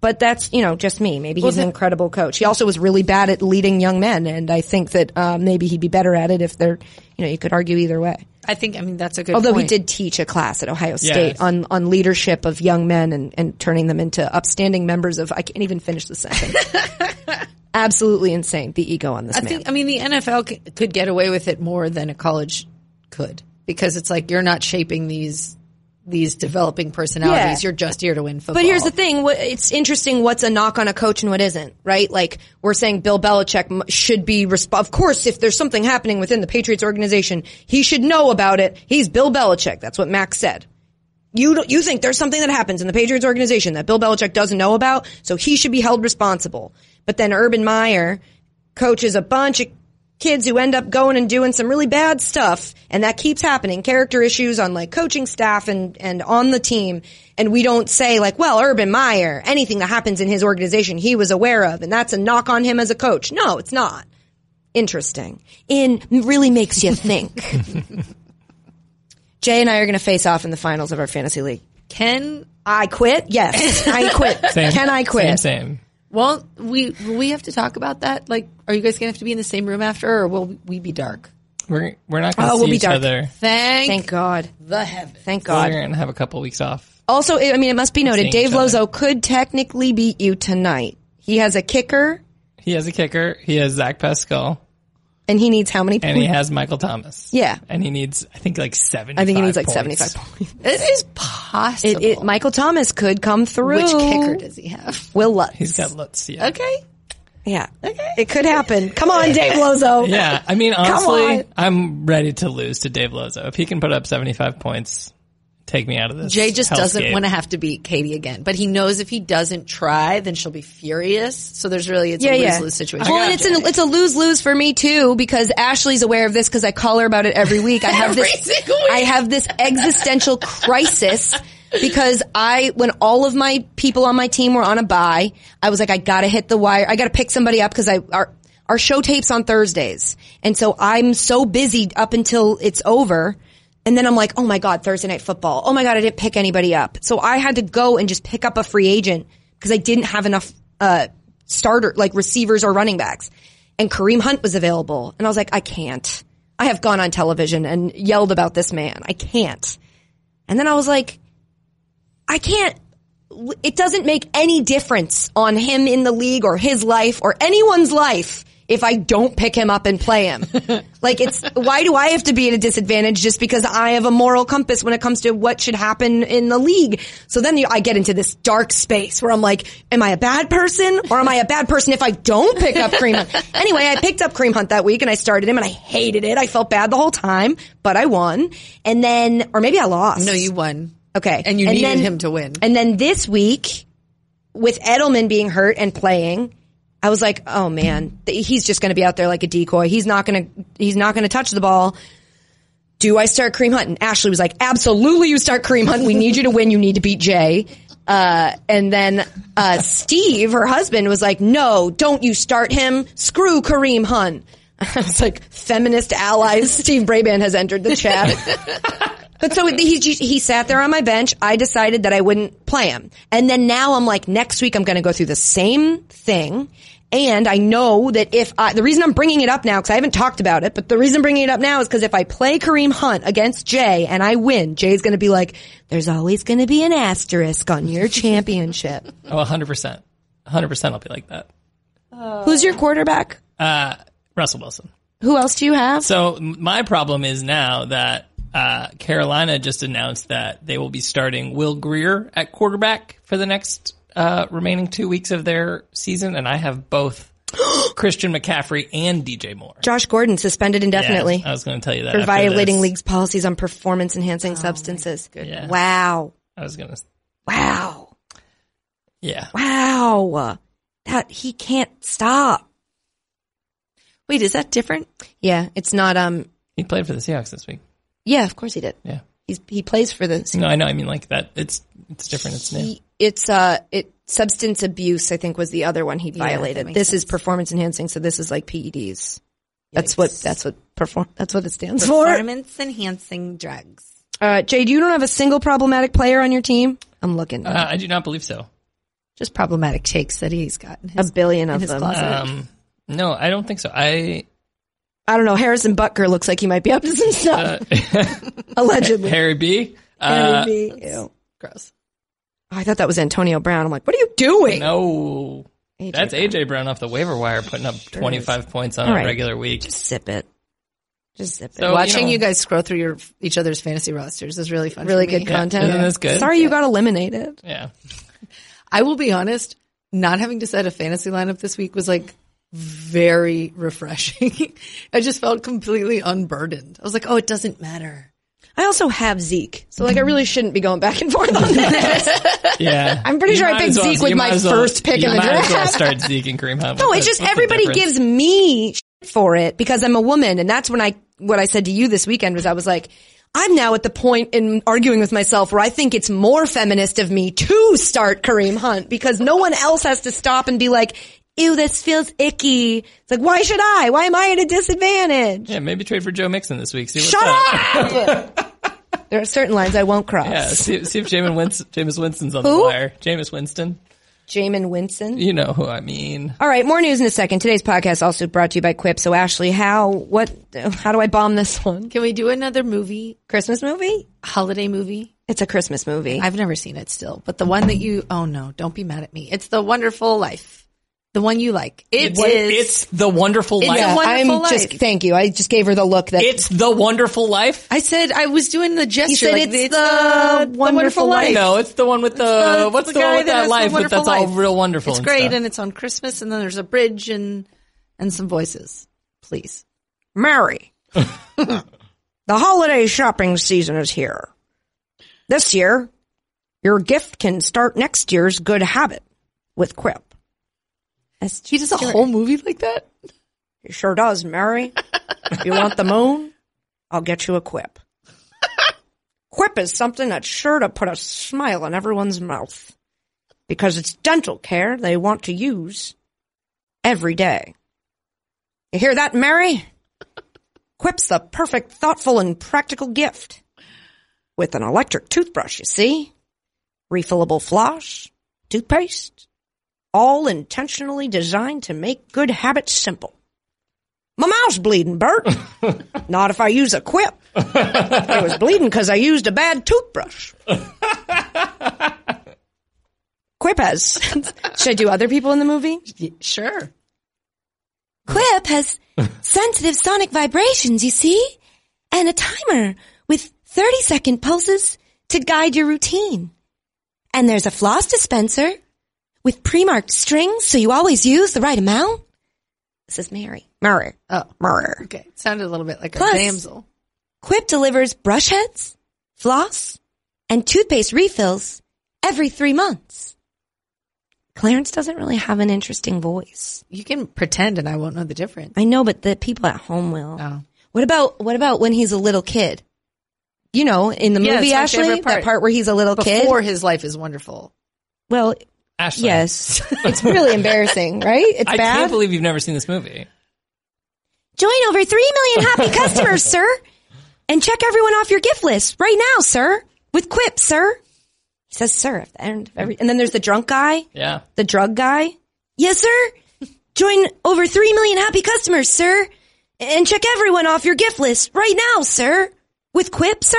But that's, you know, just me. Maybe he's an incredible coach. He also was really bad at leading young men. And I think that, uh, maybe he'd be better at it if they're, you know, you could argue either way. I think, I mean, that's a good Although point. he did teach a class at Ohio State Yes. on, on leadership of young men and, and turning them into upstanding members of, I can't even finish the sentence. Absolutely insane. The ego on this I man. think, I mean, the NFL c- could get away with it more than a college could because it's like you're not shaping these these developing personalities. Yeah. You're just here to win football. But here's the thing: what, it's interesting. What's a knock on a coach and what isn't, right? Like we're saying, Bill Belichick m- should be resp- Of course, if there's something happening within the Patriots organization, he should know about it. He's Bill Belichick. That's what Max said. You don't, you think there's something that happens in the Patriots organization that Bill Belichick doesn't know about, so he should be held responsible. But then Urban Meyer coaches a bunch of kids who end up going and doing some really bad stuff and that keeps happening character issues on like coaching staff and and on the team and we don't say like well urban meyer anything that happens in his organization he was aware of and that's a knock on him as a coach no it's not interesting in really makes you think jay and i are going to face off in the finals of our fantasy league Can i quit yes i quit Same- can i quit Same, same. Well, we will we have to talk about that. Like, are you guys gonna have to be in the same room after, or will we be dark? We're we're not going to Oh, see we'll be each dark. other. Thank, thank god the heaven. thank We're god going to have a couple weeks off. Also, I I mean, it must be noted, Seeing Dave each other. Lozo could technically beat you tonight. He has a kicker, He has a kicker. He has Zach Pascal, and he needs how many and he points? has Michael Thomas. Yeah. and he needs I think like seventy. I think he needs like points. 75 points. It is possible. It, it, Michael Thomas could come through. Which kicker does he have? Will Lutz. He's got Lutz. Yeah. Okay, yeah. Okay. It could happen. Come on, Dave Lozo. Yeah, I mean, on. honestly, I'm ready to lose to Dave Lozo. If he can put up 75 points, take me out of this. Jay just doesn't hellscape. want to have to beat Katie again, but he knows if he doesn't try, then she'll be furious. So there's really it's Yeah, a yeah. lose lose situation. Well, and it's an, it's a lose lose for me too because Ashley's aware of this because I call her about it every week. I have Every this single week. I have this existential crisis because I when all of my people on my team were on a buy, I was like, I gotta hit the wire. I gotta pick somebody up because I our our show tapes on Thursdays, and so I'm so busy up until it's over. And then I'm like, oh my God, Thursday night football. Oh my God, I didn't pick anybody up. So I had to go and just pick up a free agent because I didn't have enough, uh, starter, like receivers or running backs. And Kareem Hunt was available. And I was like, I can't. I have gone on television and yelled about this man. I can't. And then I was like, I can't. It doesn't make any difference on him in the league or his life or anyone's life if I don't pick him up and play him. like it's why do I have to be at a disadvantage just because I have a moral compass when it comes to what should happen in the league? So then you, I get into this dark space where I'm like, am I a bad person or am I a bad person if I don't pick up Cream Hunt? anyway, I picked up Cream Hunt that week and I started him and I hated it. I felt bad the whole time, but I won. And then, or maybe I lost. no, you won. Okay. and you needed then- him to win. And then this week, with Edelman being hurt and playing, I was like, oh man, th- he's just going to be out there like a decoy. He's not going to, he's not going to touch the ball. Do I start Kareem Hunt? And Ashley was like, absolutely you start Kareem Hunt. We need you to win. You need to beat Jay. Uh, and then, uh, Steve, her husband was like, no, don't you start him. Screw Kareem Hunt. I was like, feminist allies. Steve Brabant has entered the chat. But so he he sat there on my bench. I decided that I wouldn't play him, and then now I'm like, next week I'm going to go through the same thing. And I know that if I, the reason I'm bringing it up now, because I haven't talked about it, but the reason I'm bringing it up now is because if I play Kareem Hunt against Jay and I win, Jay's going to be like, "There's always going to be an asterisk on your championship." Oh, 100%. 100% I'll be like that. Who's your quarterback? Uh, Russell Wilson. Who else do you have? So m- my problem is now that uh, Carolina just announced that they will be starting Will Greer at quarterback for the next uh, remaining two weeks of their season, and I have both Christian McCaffrey and DJ Moore. Josh Gordon suspended indefinitely Yeah, I was going to tell you that for Uh, after violating this. Oh league's policies on performance enhancing substances. Yeah. Wow. I was going to. Wow. Yeah. Wow. That he can't stop. Wait, is that different? Yeah, it's not um He played for the Seahawks this week. yeah, of course he did. Yeah. He's he plays for the No, I know. I mean, like that. It's it's different. It's new. He- it's uh it substance abuse I think was the other one he that violated. makes This is performance enhancing, so this is like PEDs. That's what that's what perform that's what it stands for. Performance enhancing drugs. Uh Jade, you don't have a single problematic player on your team? I'm looking. Uh, I do not believe so. Just problematic takes that he's gotten. a billion of his them. closet. Um, no, I don't think so. I I don't know. Harrison Butker looks like he might be up to Uh, some stuff. Allegedly. Harry B. Uh, Harry B. Ew. gross. I thought that was Antonio Brown. I'm like, what are you doing? No. AJ That's AJ Brown off the waiver wire putting up 25 points on All a right. regular week. Sip it. Just sip it. So, Watching you, know, guys scroll through your each other's fantasy rosters is really fun. Really for me. good Yeah. content. Isn't this good? Sorry you got eliminated. Yeah. I will be honest. Not having to set a fantasy lineup this week was like very refreshing. I just felt completely unburdened. I was like, oh, it doesn't matter. I also have Zeke. So like I really shouldn't be going back and forth on this. Yeah. I'm pretty You sure I might picked as Zeke you with might my as well- first pick you in the might as well draft. start Zeke and Kareem Hunt. no, it's What's the- just what's the everybody difference? gives me shit for it because I'm a woman and that's when I what I said to you this weekend was I was like I'm now at the point in arguing with myself where I think it's more feminist of me to start Kareem Hunt because no one else has to stop and be like, ew, this feels icky. It's like, why should I? Why am I at a disadvantage? Yeah, maybe trade for Joe Mixon this week. See what's Shut up. up! there are certain lines I won't cross. Yeah, see, see if Jamin Winst- Jameis Winston's on the Who? wire. Jameis Winston. Jamin Winson. You know who I mean. All right, more news in a second. Today's podcast also brought to you by Quip. So Ashley, how what how do I bomb this one? Can we do another movie, Christmas movie? holiday movie? It's a Christmas movie. I've never seen it still, but the one that you, oh no, don't be mad at me. It's The Wonderful Life. The one you like. It is. What- It's the wonderful It's life. a wonderful I'm life. just thank you. I just gave her the look that it's the wonderful life. I said I was doing the gesture. said like, it's the Wonderful Life. No, it's the one with the, the- what's it's the, one guy with that that has the life, but wonderful that's all life. real wonderful. It's and great, stuff. and it's on Christmas, and then there's a bridge and and some voices. Please, Mary. the holiday shopping season is here. This year, your gift can start next year's good habit with Quip. he does a whole movie like that. It sure does, Mary. you want the moon? I'll get you a quip. quip is something that's sure to put a smile on everyone's mouth because it's dental care they want to use every day. You hear that, Mary? Quip's the perfect, thoughtful, and practical gift. With an electric toothbrush, you see? Refillable floss, toothpaste, all intentionally designed to make good habits simple. My mouth's bleeding, Bert. Not if I use a quip. It was bleeding because I used a bad toothbrush. Quip has. Should I do other people in the movie? Sure, Quip has sensitive sonic vibrations, you see? And a timer with 30 second pulses to guide your routine. And there's a floss dispenser with pre-marked strings so you always use the right amount. This is Mary. Mary. Oh. Mary. okay. It sounded a little bit like Plus- a damsel. Quip delivers brush heads, floss, and toothpaste refills every three months. Clarence doesn't really have an interesting voice. You can pretend, and I won't know the difference. I know, but the people at home will. Oh. What about what about when he's a little kid? You know, in the Yeah, movie, it's my Ashley, favorite part. that part where he's a little Before kid. his life is wonderful. Well, Ashley. yes. it's really embarrassing, right? It's I bad. can't believe you've never seen this movie. Join over 3 million happy customers, sir. And check everyone off your gift list right now, sir. With Quip, sir. He says sir at the end of every and then there's the drunk guy, Yeah. the drug guy. Yes, sir. Join over 3 million happy customers, sir. And check everyone off your gift list right now, sir. With Quip, sir.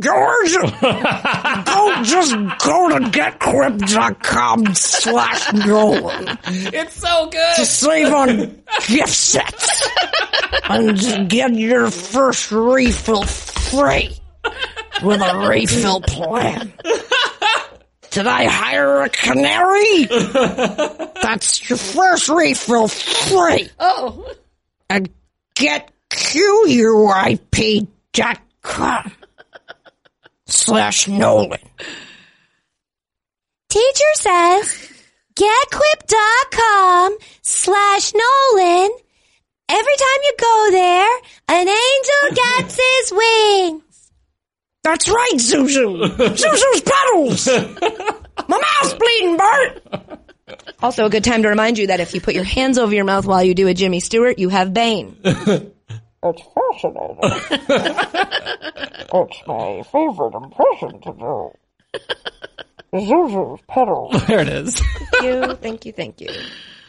George, go just go to getcrypt.com slash Nolan It's so good. to save on gift sets and get your first refill free with a refill plan. Did I hire a canary? That's your first refill free. Oh. And get QUIP.com slash Nolan. Teacher says getquip.com slash Nolan. Every time you go there, an angel gets his wing. That's right, Zuzu. Zuzu's petals. My mouth's bleeding, Bert. Also, a good time to remind you that if you put your hands over your mouth while you do a Jimmy Stewart, you have Bane. It's fascinating. it's my favorite impression to do. Zuzu's pedal. There it is. you. Thank you. Thank you.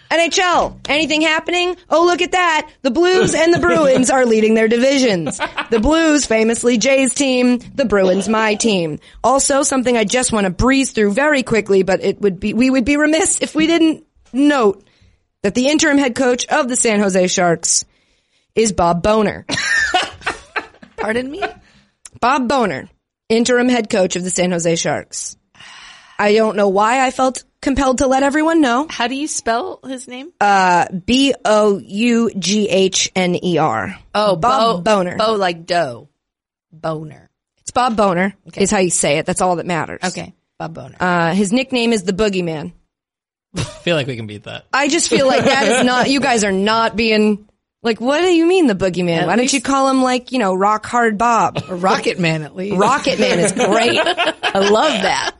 NHL, anything happening? Oh, look at that. The Blues and the Bruins are leading their divisions. The Blues, famously Jay's team, the Bruins, my team. Also, something I just want to breeze through very quickly, but it would be, we would be remiss if we didn't note that the interim head coach of the San Jose Sharks is Bob Boner. Pardon me? Bob Boner, interim head coach of the San Jose Sharks. I don't know why I felt compelled to let everyone know. How do you spell his name? B O U G H N E R. oh, Bob Bo- Boner. Bo like dough. Boner. It's Bob Boner is how you say it. That's all that matters. Okay. Bob Boner. Uh, his nickname is the Boogeyman. I feel like we can beat that. I just feel like that is not. You guys are not being like. What do you mean the Boogeyman? Why don't you call him like you know Rock Hard Bob? A Rocket Man at least. Rocket Man is great. I love that.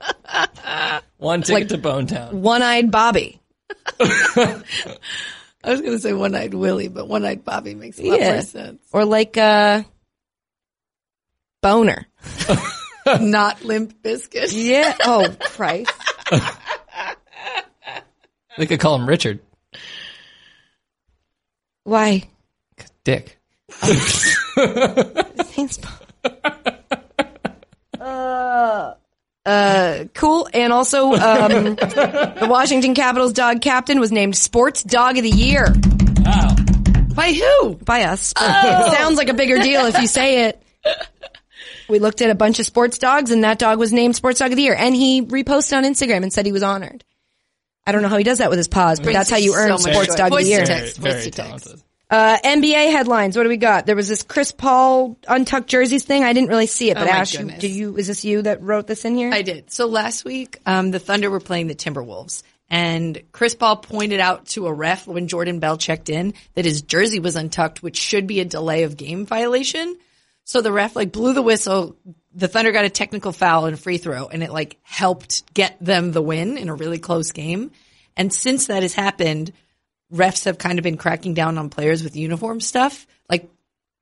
One ticket to Bone Town. One Eyed Bobby. I was going to say one eyed Willie, but one eyed Bobby makes a lot Yeah. more sense. Or like uh, Boner. Not Limp Biscuit. Yeah. Oh Christ. We could call him Richard. Why? Dick. Thanks, Uh, uh, cool. And also, um, the Washington Capitals dog captain was named Sports Dog of the Year Wow. by who? By us. Oh. It sounds like a bigger deal if you say it. We looked at a bunch of sports dogs, and that dog was named Sports Dog of the Year. And he reposted on Instagram and said he was honored. I don't know how he does that with his paws, but that's how you earn so much Sports joy. Dog of the Voice Year. to Very, Text, voice very to text. talented. Uh, NBA headlines. What do we got? There was this Chris Paul untucked jerseys thing. I didn't really see it, but my Ash, you, goodness. do you? Is this you that wrote this in here? I did. So last week, um, the Thunder were playing the Timberwolves, and Chris Paul pointed out to a ref when Jordan Bell checked in that his jersey was untucked, which should be a delay of game violation. So the ref like blew the whistle. The Thunder got a technical foul and a free throw, and it like helped get them the win in a really close game. And since that has happened, refs have kind of been cracking down on players with uniform stuff. Like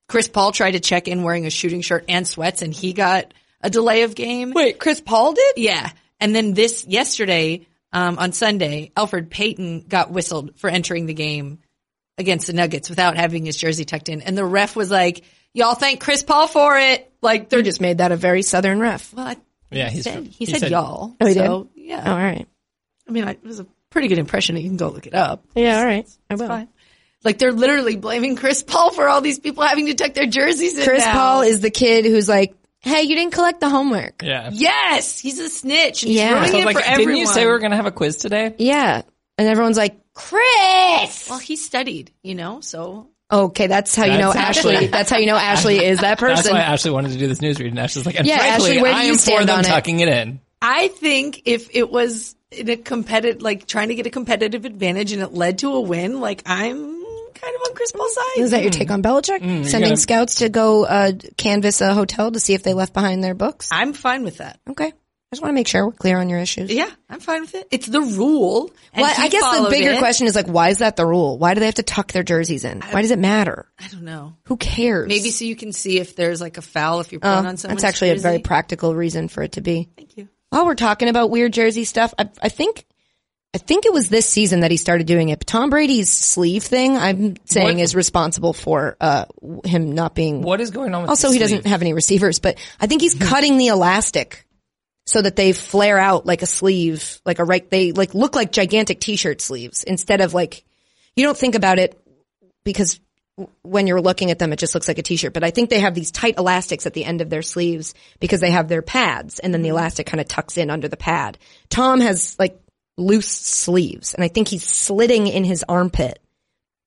Chris Paul tried to check in wearing a shooting shirt and sweats, and he got a delay of game. Wait, Chris Paul did? Yeah. And then this yesterday, um, on Sunday, Alfred Payton got whistled for entering the game against the Nuggets without having his jersey tucked in. And the ref was like, y'all thank Chris Paul for it. Like they're You just, just made that a very southern ref. well, I Yeah, he's said, he, said, y'all. Oh, he did? so, yeah. all right. I mean, I, it was a pretty good impression. You can go look it up. Yeah, all right. I will. Fine. Like they're literally blaming Chris Paul for all these people having to tuck their jerseys in. Chris now. Paul is the kid who's like, "Hey, you didn't collect the homework." Yeah. Yes, he's a snitch. And Yeah. he's ruining So it Like, for didn't everyone. you say we were going to have a quiz today? Yeah, and everyone's like, "Chris." well, he studied, you know, so Okay, that's how you know That's Ashley. Ashley. That's how you know Ashley is that person. That's why Ashley wanted to do this newsread, and Ashley's like, and Yeah, frankly, Ashley, where do I you am for stand them on it? tucking it in. I think if it was in a competitive, like trying to get a competitive advantage and it led to a win, like I'm kind of on Chris Paul's Is side. that your take on Belichick Mm, sending gotta- scouts to go uh, canvas a hotel to see if they left behind their books? I'm fine with that. Okay, I just want to make sure we're clear on your issues. Yeah, I'm fine with it. It's the rule. and Well, he I guess the followed bigger it. question is like, why is that the rule? Why do they have to tuck their jerseys in? Why does it matter? I don't know. Who cares? Maybe so you can see if there's like a foul if you're pulling on someone. Oh, that's actually a very practical reason for it to be. Thank you. While we're talking about weird jersey stuff, I, I think, I I think it was this season that he started doing it. But Tom Brady's sleeve thing, I'm saying, What- is responsible for uh, w- him not being. What is going on with Also, the he doesn't sleeve? have any receivers, but I think he's cutting the elastic so that they flare out like a sleeve, like a right. They like look like gigantic t-shirt sleeves instead of like. You don't think about it because w- when you're looking at them, it just looks like a t-shirt. But I think they have these tight elastics at the end of their sleeves because they have their pads, and then Mm-hmm. the elastic kind of tucks in under the pad. Tom has like loose sleeves, and I think he's slitting in his armpit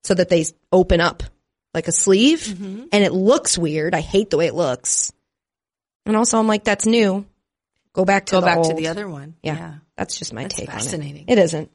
so that they s- open up like a sleeve Mm-hmm. and it looks weird. I hate the way it looks. And also I'm like, that's new. Go back to Go the back to old. the other one. Yeah. That's just my take fascinating. on it. It isn't.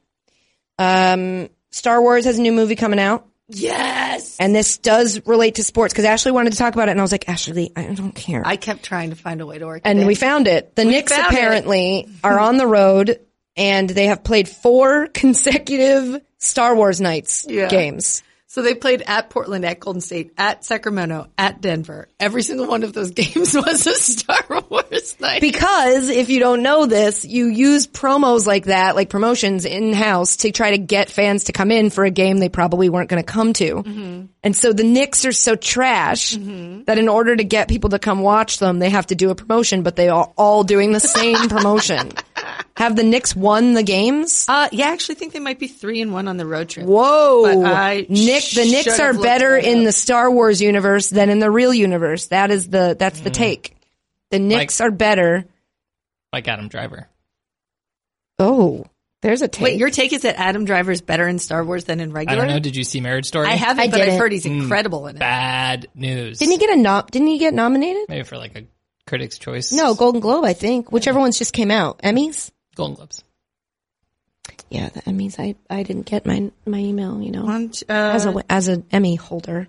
Um, Star Wars has a new movie coming out Yes. and this does relate to sports because Ashley wanted to talk about it and I was like, Ashley, I don't care. I kept trying to find a way to work. and it we in. found it. The Knicks found it. apparently are on the road and they have played four consecutive Star Wars nights Yeah. games. so they played at Portland, at Golden State, at Sacramento, at Denver. Every single one of those games was a Star Wars night. Because if you don't know this, you use promos like that, like promotions in house to try to get fans to come in for a game they probably weren't going to come to. Mm-hmm. And so the Knicks are so trash that in order to get people to come watch them, they have to do a promotion, but they are all doing the same promotion. have the Knicks won the games? uh, yeah, I actually think they might be three and one on the road trip. Whoa. But I Nick, the Knicks should are have looked better that in up. the Star Wars universe than in the real universe. That is the, that's Mm-hmm. the take. The Knicks are better. like Adam Driver. Oh, there's a take. Wait, your take is that Adam Driver is better in Star Wars than in I regular? don't know. Mm. Did you see Marriage Story? I haven't, I but I've didn't. heard he's incredible in it. Bad news. Didn't he get a nom- Didn't he get nominated? Maybe for like a Critics' Choice. No, Golden Globe, I think. Whichever ones just came out, Emmys. Golden Globes. Yeah, the Emmys. I, I didn't get my my email. You know, One, uh, as a as an Emmy holder.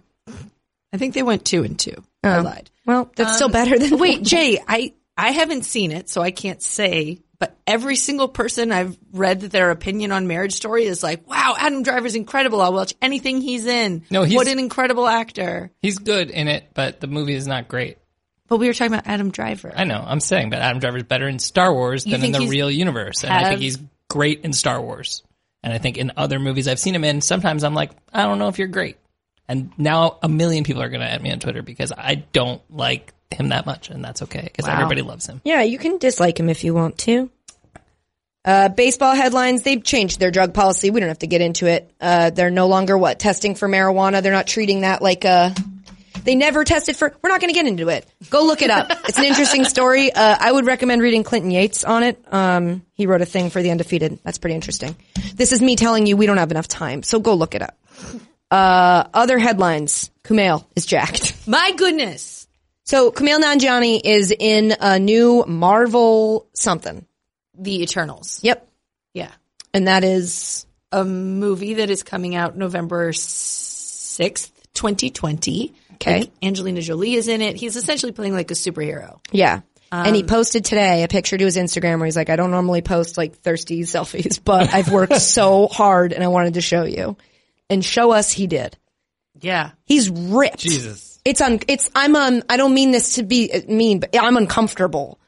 I think they went two and two. Oh. I lied. Well, that's still better than Wait, Jay, I I haven't seen it, so I can't say. But every single person I've read their opinion on Marriage Story is like, "Wow, Adam Driver's incredible. I'll watch anything he's in. No, he's- what an incredible actor." He's good in it, but the movie is not great. But we were talking about Adam Driver. I know. I'm saying, but Adam Driver's better in Star Wars You than in think the he's- real universe, and I Have- think he's great in Star Wars. And I think in other movies I've seen him in, sometimes I'm like, I don't know if you're great. And now a million people are going to at me on Twitter because I don't like him that much, and that's okay because everybody loves him. Yeah, you can dislike him if you want to. Uh, baseball headlines. They've changed their drug policy. We don't have to get into it. Uh, they're no longer what testing for marijuana. They're not treating that like a. They never tested for. We're not going to get into it. Go look it up. it's an interesting story. Uh, I would recommend reading Clinton Yates on it. Um, he wrote a thing for the undefeated. That's pretty interesting. This is me telling you we don't have enough time, so go look it up. Uh, other headlines. Kumail is jacked. My goodness, So Kumail Nanjiani is in a new Marvel something. The Eternals. Yep. Yeah, And that is a movie that is coming out November sixth, twenty twenty. Okay. Angelina Jolie is in it. He's essentially playing like a superhero. yeah. and he posted today a picture to his Instagram where he's like, I don't normally post like thirsty selfies, but I've worked so hard and I wanted to show you. And show us he did. Yeah. He's ripped. Jesus. It's un it's I'm um I don't mean this to be uh, mean, but I'm uncomfortable.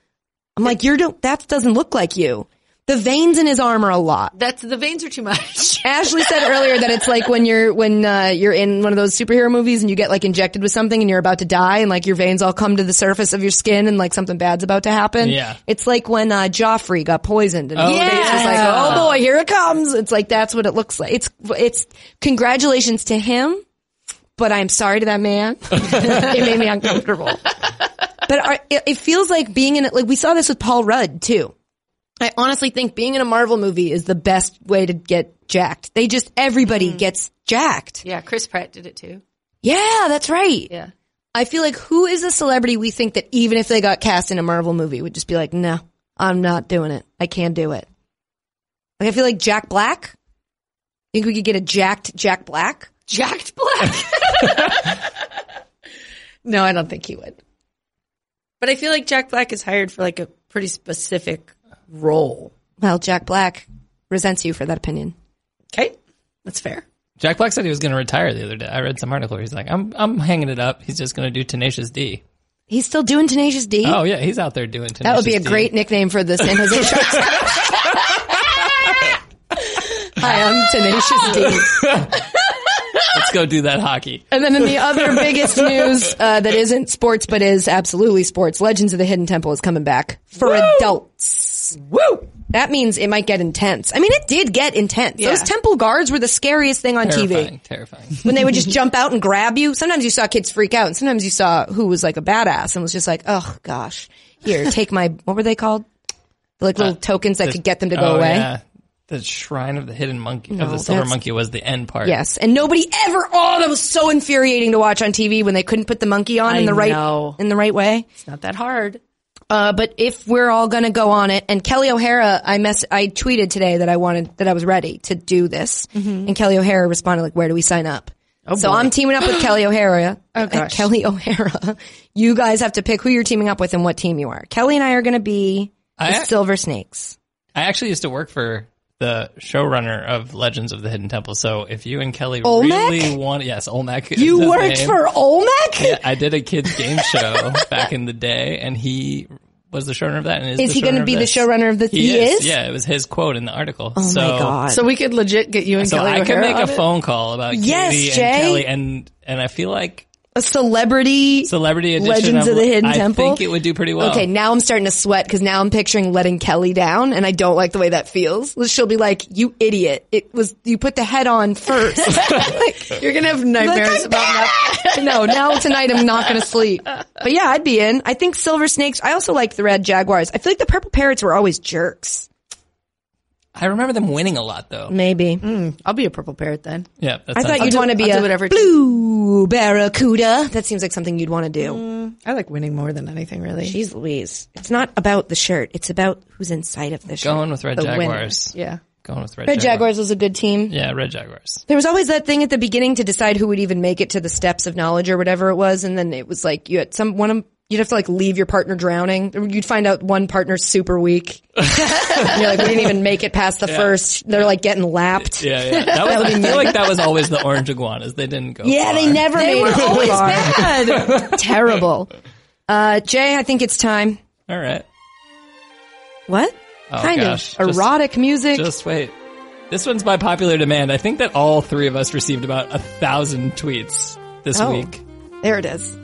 I'm like, you're don't that doesn't look like you. The veins in his arm are a lot. That's the veins are too much. Ashley said earlier that it's like when you're when uh, you're in one of those superhero movies and you get like injected with something and you're about to die and like your veins all come to the surface of your skin and like something bad's about to happen. Yeah. it's like when uh, Joffrey got poisoned and Oh, his face was like, yeah. oh boy, here it comes. It's like that's what it looks like. It's it's congratulations to him, but I'm sorry to that man. it made me uncomfortable. But are, it, it feels like being in it. Like we saw this with Paul Rudd too. I honestly think being in a Marvel movie is the best way to get jacked. They just everybody gets jacked. Mm-hmm. yeah, Chris Pratt did it too. Yeah, that's right. Yeah. I feel like who is a celebrity we think that even if they got cast in a Marvel movie would just be like, no, I'm not doing it. I can't do it. Like I feel like Jack Black. Think we could get a jacked Jack Black? Jacked Black. no, I don't think he would. But I feel like Jack Black is hired for like a pretty specific role. Well, Jack Black resents you for that opinion. Okay. That's fair. Jack Black said he was going to retire the other day. I read some article where he's like, I'm I'm hanging it up. He's just going to do Tenacious D. He's still doing Tenacious D. Oh yeah, he's out there doing Tenacious that would be a D. great nickname for the San Jose Sharks. I am Tenacious D. Let's go do that hockey. And then in the other biggest news uh, that isn't sports but is absolutely sports, Legends of the Hidden Temple is coming back for adults. Woo! That means it might get intense. I mean, it did get intense. Those temple guards were the scariest thing on TV Terrifying, terrifying. when they would just jump out and grab you. Sometimes you saw kids freak out, and sometimes you saw who was like a badass and was just like, "Oh gosh, here, take my what were they called? Like little tokens that could get them to go oh, away." Yeah. The shrine of the hidden monkey of the silver that's- monkey was the end part. Yes, and nobody ever. Oh, that was so infuriating to watch on TV when they couldn't put the monkey on in I the right know. in the right way. It's not that hard. Uh, but if we're all gonna go on it, and Kelly O'Hara, I mess, I tweeted today that I wanted that I was ready to do this, Mm-hmm. and Kelly O'Hara responded like, "Where do we sign up?" Oh, so I'm teaming up with Kelly O'Hara. Uh, Kelly O'Hara, you guys have to pick who you're teaming up with and what team you are. Kelly and I are gonna be the I- Silver Snakes. I actually used to work for the showrunner of Legends of the Hidden Temple. So if you and Kelly Olmec? really want, yes, Olmec. is You his worked name. for Olmec. Yeah, I did a kids game show back in the day, and he was the showrunner of that. And is Is the he gonna showrunner of be the this. showrunner of the- He, he is. is? Yeah, it was his quote in the article. Oh so, my god! So we could legit get you and So Kelly I could O'Hara make a on it? phone call about Yes, Katie Jay. and Kelly, and and I feel like a celebrity. Celebrity Edition Legends of the Hidden I Temple? think it would do pretty Oh. well. Okay, now I'm starting to sweat because now I'm picturing letting Kelly down, and I don't like the way that feels. She'll be like, "You idiot! It was you put the head on first. Like, You're gonna have nightmares about that. no, now tonight I'm not going to sleep. But yeah, I'd be in. I think Silver Snakes. I also like the Red Jaguars. I feel like the Purple Parrots were always jerks. I remember them winning a lot though. Maybe I'll be a purple parrot then. Yeah, that I sounds thought you'd want to be a I'll do whatever it takes. blue barracuda. That seems like something you'd want to do. I like winning more than anything, really. Jeez Louise, it's not about the shirt. It's about who's inside of the shirt. going with Red the winner. Jaguars. Yeah. Going with Red, Red Jaguar. Jaguars was a good team. Yeah, Red Jaguars. There was always that thing at the beginning to decide who would even make it to the steps of knowledge or whatever it was, and then it was like you had some one. of- You'd have to like leave your partner drowning. You'd find out one partner's super weak. And you're like, we didn't even make it past the first. They're like getting lapped. Yeah, yeah. That was, I feel like that was always the orange iguanas. They didn't go. Yeah, they far. never made it. Always bad. Terrible. Uh, Jay, I think it's time. All right. What? Oh, kind gosh. of Just- erotic music. Just wait. This one's by popular demand. I think that all three of us received about a thousand tweets this Oh. week there it is.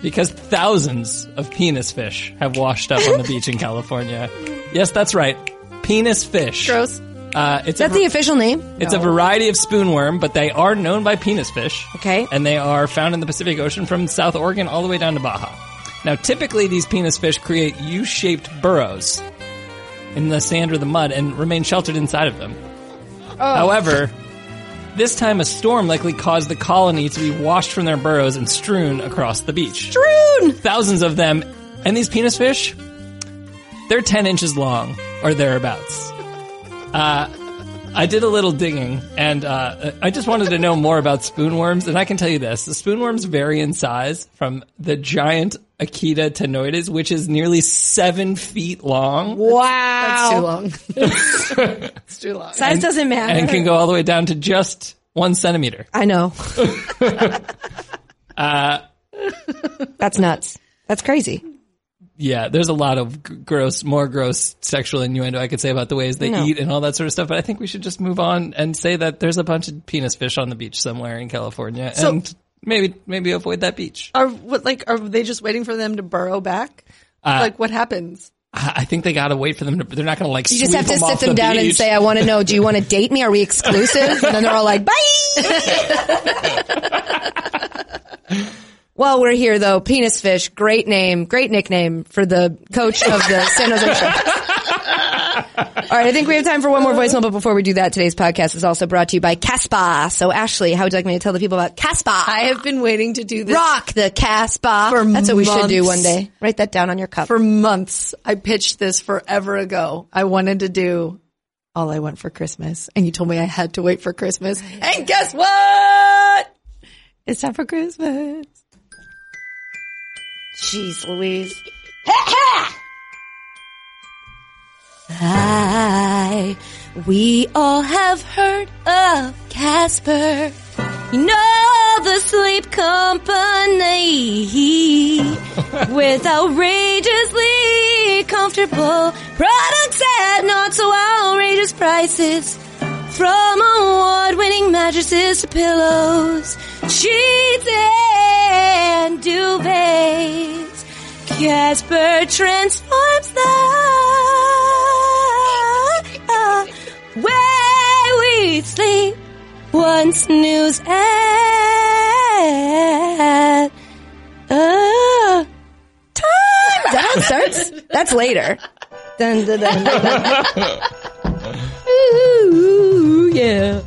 because thousands of penis fish have washed up on the beach in California. Yes, that's right. Penis fish. Gross. Uh, it's a That's the official name. It's a variety of spoonworm, but they are known by penis fish. Okay. And they are found in the Pacific Ocean from South Oregon all the way down to Baja. Now, typically these penis fish create U-shaped burrows in the sand or the mud and remain sheltered inside of them. However, this time a storm likely caused the colony to be washed from their burrows and strewn across the beach. Strewn! Thousands of them. And these penis fish, they're 10 inches long or thereabouts. I did a little digging, and uh, I just wanted to know more about spoonworms. And I can tell you this: the spoonworms vary in size from the giant Akita tenoides, which is nearly seven feet long That's too long. it's too long. Size doesn't matter. and can go all the way down to just one centimeter. I know. Uh, That's nuts. That's crazy. Yeah, there's a lot of g- gross, more gross sexual innuendo I could say about the ways they No. eat and all that sort of stuff. But I think we should just move on and say that there's a bunch of penis fish on the beach somewhere in California, and maybe maybe avoid that beach. Uh, Are what like are they just waiting for them to burrow back? like what happens? I I think they gotta wait for them to. They're not gonna like. You just have to them off sit them the down and beach. say, I want to know, do you want to date me? Are we exclusive? And then they're all like, bye. While we're here though, Penis Fish, great name, great nickname for the coach of the San Jose Sharks. All right, I think we have time for one more voicemail, but before we do that, today's podcast is also brought to you by Caspa. So Ashley, how would you like me to tell the people about Caspa? I have been waiting to do this rock the Caspa. For That's what we should do months. one day. Write that down on your cup. for months. I pitched this forever ago. I wanted to do all I want for Christmas, and you told me I had to wait for Christmas. And guess what? It's time for Christmas. Jeez Louise. I, we all have heard of Casper. You know the sleep company with outrageously comfortable products at not so outrageous prices. From award-winning mattresses to pillows, sheets and duvets, Casper transforms the way we sleep. Once news and uh, That starts. That's later. Dun, dun, dun, dun, dun. Ooh, yeah.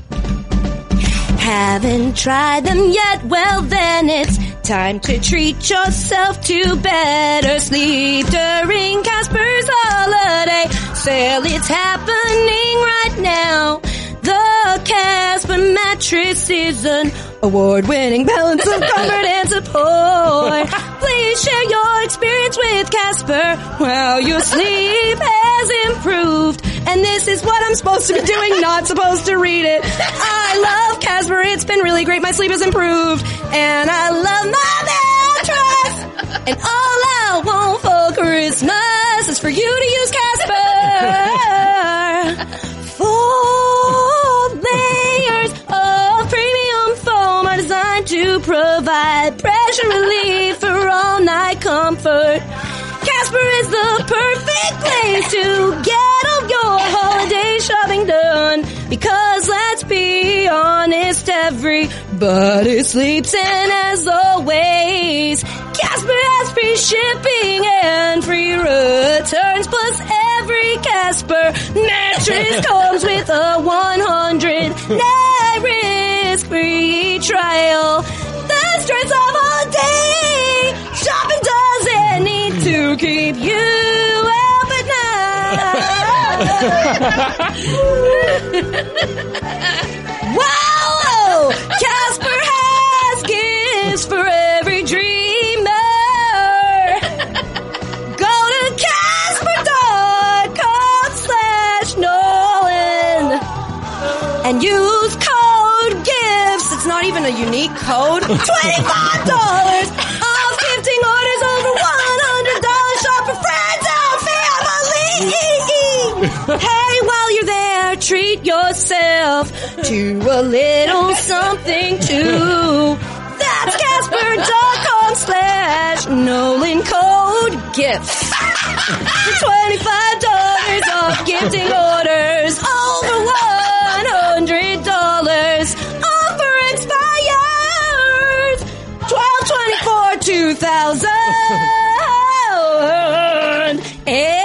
Haven't tried them yet, well then it's time to treat yourself to better sleep during Casper's holiday sale. It's happening right now. The Casper mattress is an award-winning balance of comfort and support. Please share your experience with Casper while your sleep has improved. And this is what I'm supposed to be doing, not supposed to read it. I love Casper. It's been really great. My sleep has improved. And I love my mattress. And all I want for Christmas is for you to use Casper. Four layers of premium foam are designed to provide pressure relief for all night comfort. Casper is the perfect place to get all your holiday shopping done. Because let's be honest, everybody sleeps in as always. Casper has free shipping and free returns, plus every Casper mattress comes with a 100 night risk-free trial. The stress of holiday shopping doesn't need to keep you up at night. wow! Casper has gifts for every dreamer. Go to Casper.com slash Nolan and use code GIFTS. It's not even a unique code. $25 off gifting orders over $100. Shop for friends and family. hey, while you're there, treat yourself to a little something too. That's Casper.com slash Nolan Code Gifts. For $25 off gifting orders over $100. Offer expires 1224 2000 and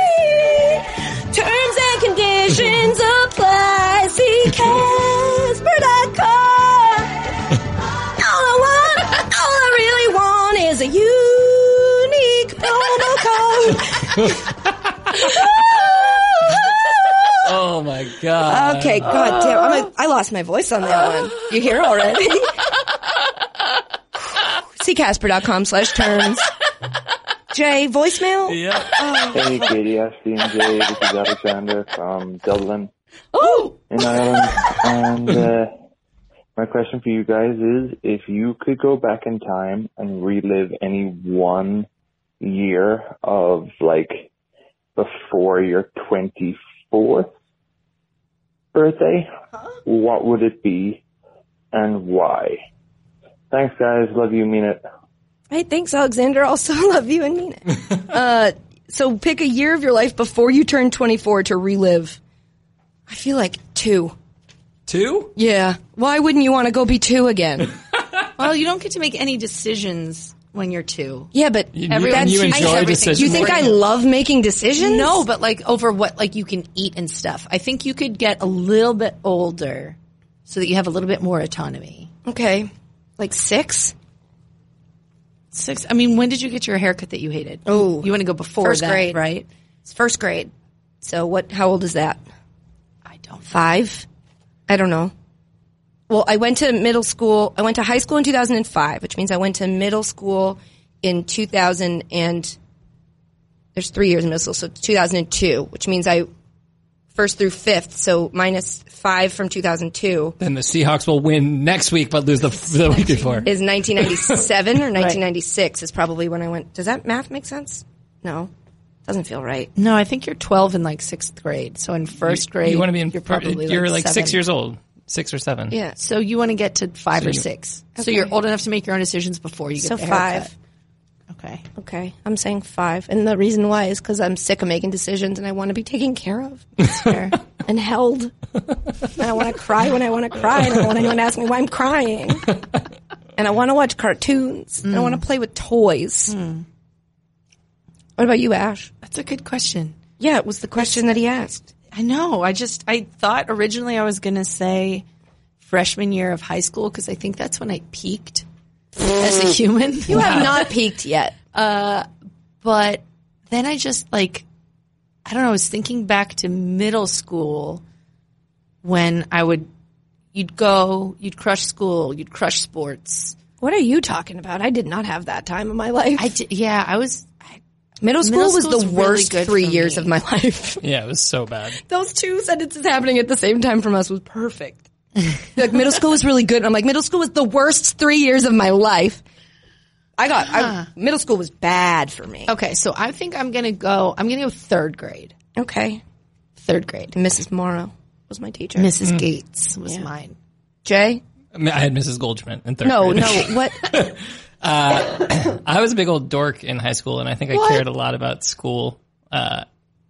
19. Terms and conditions apply. See Casper.com. All I want, all I really want is a unique promo code. Oh my god. Okay, god damn, I'm a, I lost my voice on that one. You hear already? See Casper.com slash terms. Jay, voicemail? Yeah. Hey, Katie, Ashley, and Jay. This is Alexander from Dublin in Ireland. And uh, my question for you guys is if you could go back in time and relive any one year of like before your 24th birthday, what would it be and why? Thanks, guys. Love you. Mean it. Hey, thanks, Alexander. Also, I love you and mean it. uh, so pick a year of your life before you turn 24 to relive. I feel like two. Two? Yeah. Why wouldn't you want to go be two again? Well, Oh, you don't get to make any decisions when you're two. Yeah, but You, Everyone you chooses enjoy everything. decisions. you think I love making decisions? No, but like over what like you can eat and stuff. I think you could get a little bit older so that you have a little bit more autonomy. Okay. Like six? Six. I mean, when did you get your haircut that you hated? Oh. you want to go before First that, grade. right? It's first grade. So what, how old is that? I don't. five. I don't know. Well, I went to middle school. I went to high school in 2005, which means I went to middle school in 2000 and there's three years in middle school. So 2002, which means I first through fifth. So minus five from 2002 Then the Seahawks will win next week, but lose the, the week before. is 1997 or 1996 is probably when I went. Does that math make sense? No. Doesn't feel right. No, I think you're 12 in like sixth grade. So in first grade, you want to be in? You're probably you're like, six seven. years old, six or seven. Yeah. So you want to get to five So or you- six. So you're old enough to make your own decisions before you get So the five. haircut. Okay. Okay. I'm saying five. And the reason why is because I'm sick of making decisions and I want to be taken care of and held. And I want to cry when I want to cry. And I don't want anyone to ask me why I'm crying. And I want to watch cartoons. And I want to play with toys. What about you, Ash? That's a good question. Yeah, it was the question that he asked. I know. I just I thought originally I was going to say freshman year of high school because I think that's when I peaked as a human. You have not peaked yet. but then I just like I don't know, I was thinking back to middle school when I would you'd go, you'd crush school, you'd crush sports. What are you talking about? I did not have that time in my life. I did, yeah, I was I, middle school middle was the school's really worst good three for years me. of my life. Yeah, it was so bad. those two sentences happening at the same time from us was perfect. like middle school was really good. And I'm like, middle school was the worst three years of my life. I got I, middle school was bad for me. Okay, so I think I'm going to go I'm going to go 3rd grade. Okay, 3rd grade. Mrs. Morrow was my teacher. Mrs. Gates was mine. Jay? I, mean, I had Mrs. Goldschmidt in third No, grade. no. What? I was a big old dork in high school, and I think I cared a lot about school. Uh,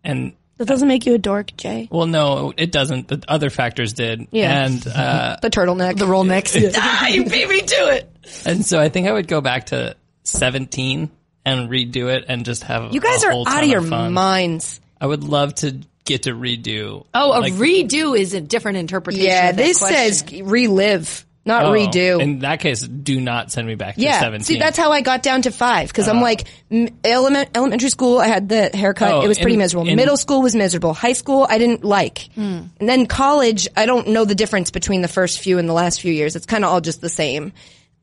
and That doesn't make you a dork, Jay. well, no, it doesn't. The other factors did. Yeah. And uh, The turtleneck, the roll neck. you beat me to it. And so I think I would go back to 17 and redo it and just have You guys a are whole out ton of your fun. minds. I would love to get to redo. Oh, a like- redo is a different interpretation. Yeah, of that this question. says relive, not Oh, redo. In that case, do not send me back to Yeah. 17. See, that's how I got down to five because I'm like m- element, elementary school. I had the haircut; Oh, it was pretty in- miserable. in- Middle school was miserable. High school, I didn't like, Hmm. and then college. I don't know the difference between the first few and the last few years. It's kind of all just the same.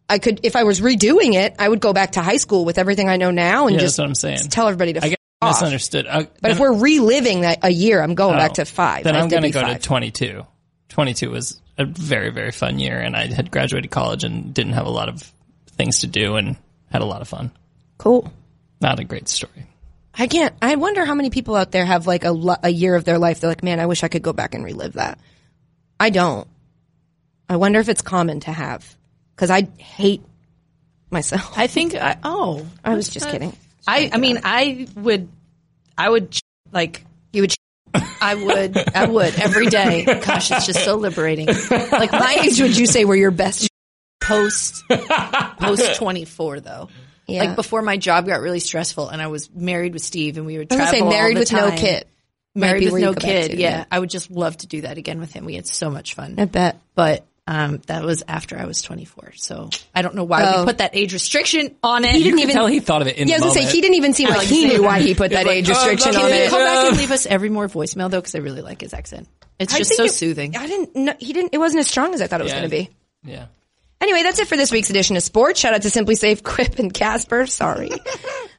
I could, if I was redoing it, I would go back to high school with everything I know now and Yeah, just that's what I'm saying. tell everybody to. I get f- off. misunderstood. Uh, But if then- we're reliving that a year, I'm going oh, back to five. Then I I'm did going to be go to five. 22. 22 was a very, very fun year, and I had graduated college and didn't have a lot of things to do and had a lot of fun. Cool. Not a great story. I can't. I wonder how many people out there have like a, lo- a year of their life. They're like, man, I wish I could go back and relive that. I don't. I wonder if it's common to have because I hate myself. I think. I, oh, I was just kidding. I. I mean, I would. I would ch- like. You would. I would. I would every day. Gosh, it's just so liberating. Like My mine age is would you say were your best? post post twenty four though. Yeah. Like before my job got really stressful, and I was married with Steve, and we would I was travel. gonna say all married the with no time. kid. Might be Married with where you no go back kid. to, yeah. yeah. I would just love to do that again with him. We had so much fun. I bet. but um, that was after I was 24. So I don't know why Oh. we put that age restriction on it. He didn't You even. can tell he thought of it in yeah, I the was gonna say moment. he didn't even seem like he knew why he put that like, age oh, I'm restriction not on gonna it. Call back and leave us every more voicemail though, because I really like his accent. It's I just think so it- soothing. I didn't. No, he didn't. It wasn't as strong as I thought it was Yeah. going to be. Yeah. Anyway, that's it for this week's edition of Sports. Shout out to Simply Safe, Quip, and Casper. Sorry.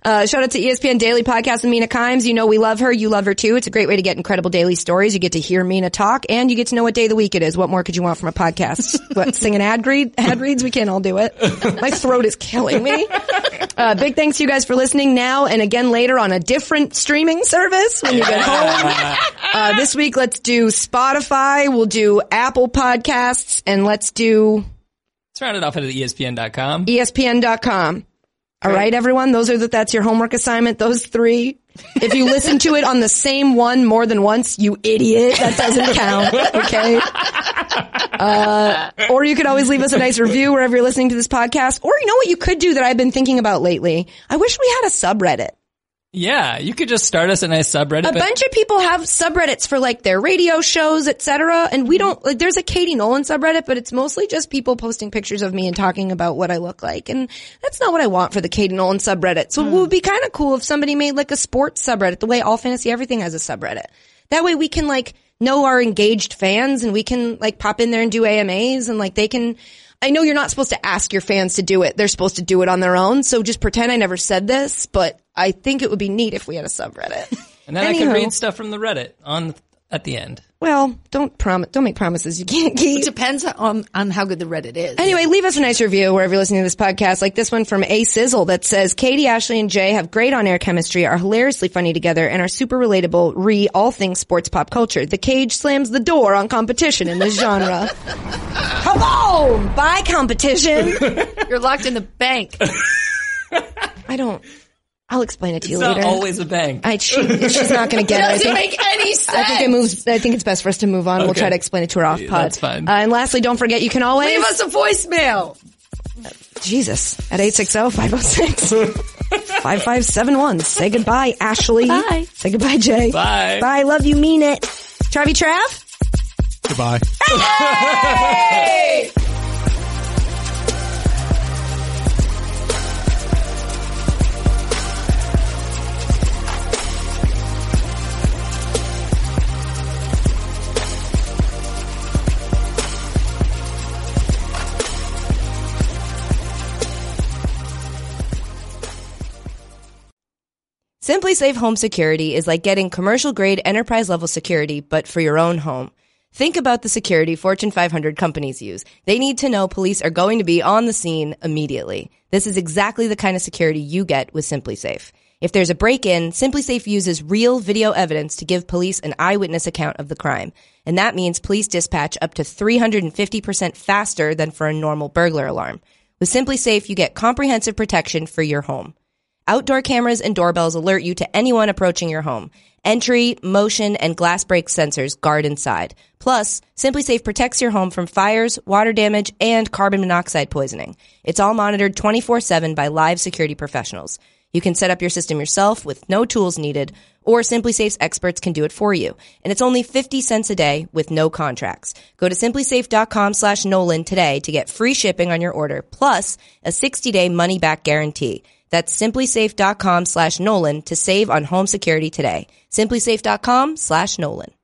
Uh, shout out to ESPN Daily Podcast and Mina Kimes. You know we love her. You love her too. It's a great way to get incredible daily stories. You get to hear Mina talk and you get to know what day of the week it is. What more could you want from a podcast? what, sing an ad read? Ad reads? We can't all do it. My throat is killing me. Uh, big thanks to you guys for listening now and again later on a different streaming service when you get home. Uh, this week, let's do Spotify. We'll do Apple Podcasts and let's do Let's round it off at E ESPN.com. E ESPN.com. All right, everyone. Those are the, that's your homework assignment. Those three. If you listen to it on the same one more than once, you idiot. That doesn't count. Okay. Or you could always leave us a nice review wherever you're listening to this podcast. Or you know what you could do that I've been thinking about lately? I wish we had a subreddit. Yeah, you could just start us a nice subreddit. A but bunch of people have subreddits for like their radio shows, etc. And we Mm-hmm. don't like. There's a Katie Nolan subreddit, but it's mostly just people posting pictures of me and talking about what I look like, and that's not what I want for the Katie Nolan subreddit. So it Mm. would be kind of cool if somebody made like a sports subreddit, the way All Fantasy Everything has a subreddit. That way we can like know our engaged fans, and we can like pop in there and do AMAs, and like they can. I know you're not supposed to ask your fans to do it. They're supposed to do it on their own. So just pretend I never said this, but I think it would be neat if we had a subreddit. and then I Anywho. can read stuff from the Reddit on at the end. Well, don't promise. Don't make promises you can't keep. It depends on, on how good the Reddit is. Anyway, leave us a nice review wherever you're listening to this podcast, like this one from A Sizzle that says, Katie, Ashley, and Jay have great on-air chemistry, are hilariously funny together, and are super relatable re all things sports pop culture. The cage slams the door on competition in this genre. Come on! Buy competition! You're locked in the bank. I don't, I'll explain it to you It's not later. always a bank. I, she, she's not going to get it. I Doesn't think. make any sense. I think it moves. I think it's best for us to move on. We'll Okay. try to explain it to her off Yeah, pod. that's fine. Uh, and lastly, don't forget you can always Leave us a voicemail. Jesus at 860-506-5571. Say goodbye, Ashley. Bye. Say goodbye, Jay. Bye. Bye. Love you. Mean it. Travy Trav. Goodbye. Simply Safe Home Security is like getting commercial grade enterprise level security, but for your own home. Think about the security Fortune 500 companies use. They need to know police are going to be on the scene immediately. This is exactly the kind of security you get with Simply Safe. If there's a break in, Simply Safe uses real video evidence to give police an eyewitness account of the crime. And that means police dispatch up to 350% faster than for a normal burglar alarm. With Simply Safe, you get comprehensive protection for your home. Outdoor cameras and doorbells alert you to anyone approaching your home. Entry, motion, and glass break sensors guard inside. Plus, SimpliSafe protects your home from fires, water damage, and carbon monoxide poisoning. It's all monitored 24-7 by live security professionals. You can set up your system yourself with no tools needed, or SimpliSafe's experts can do it for you. And it's only 50 cents a day with no contracts. Go to simplysafe.com slash Nolan today to get free shipping on your order, plus a 60-day money-back guarantee. That's simplysafe.com slash Nolan to save on home security today. Simplysafe.com slash Nolan.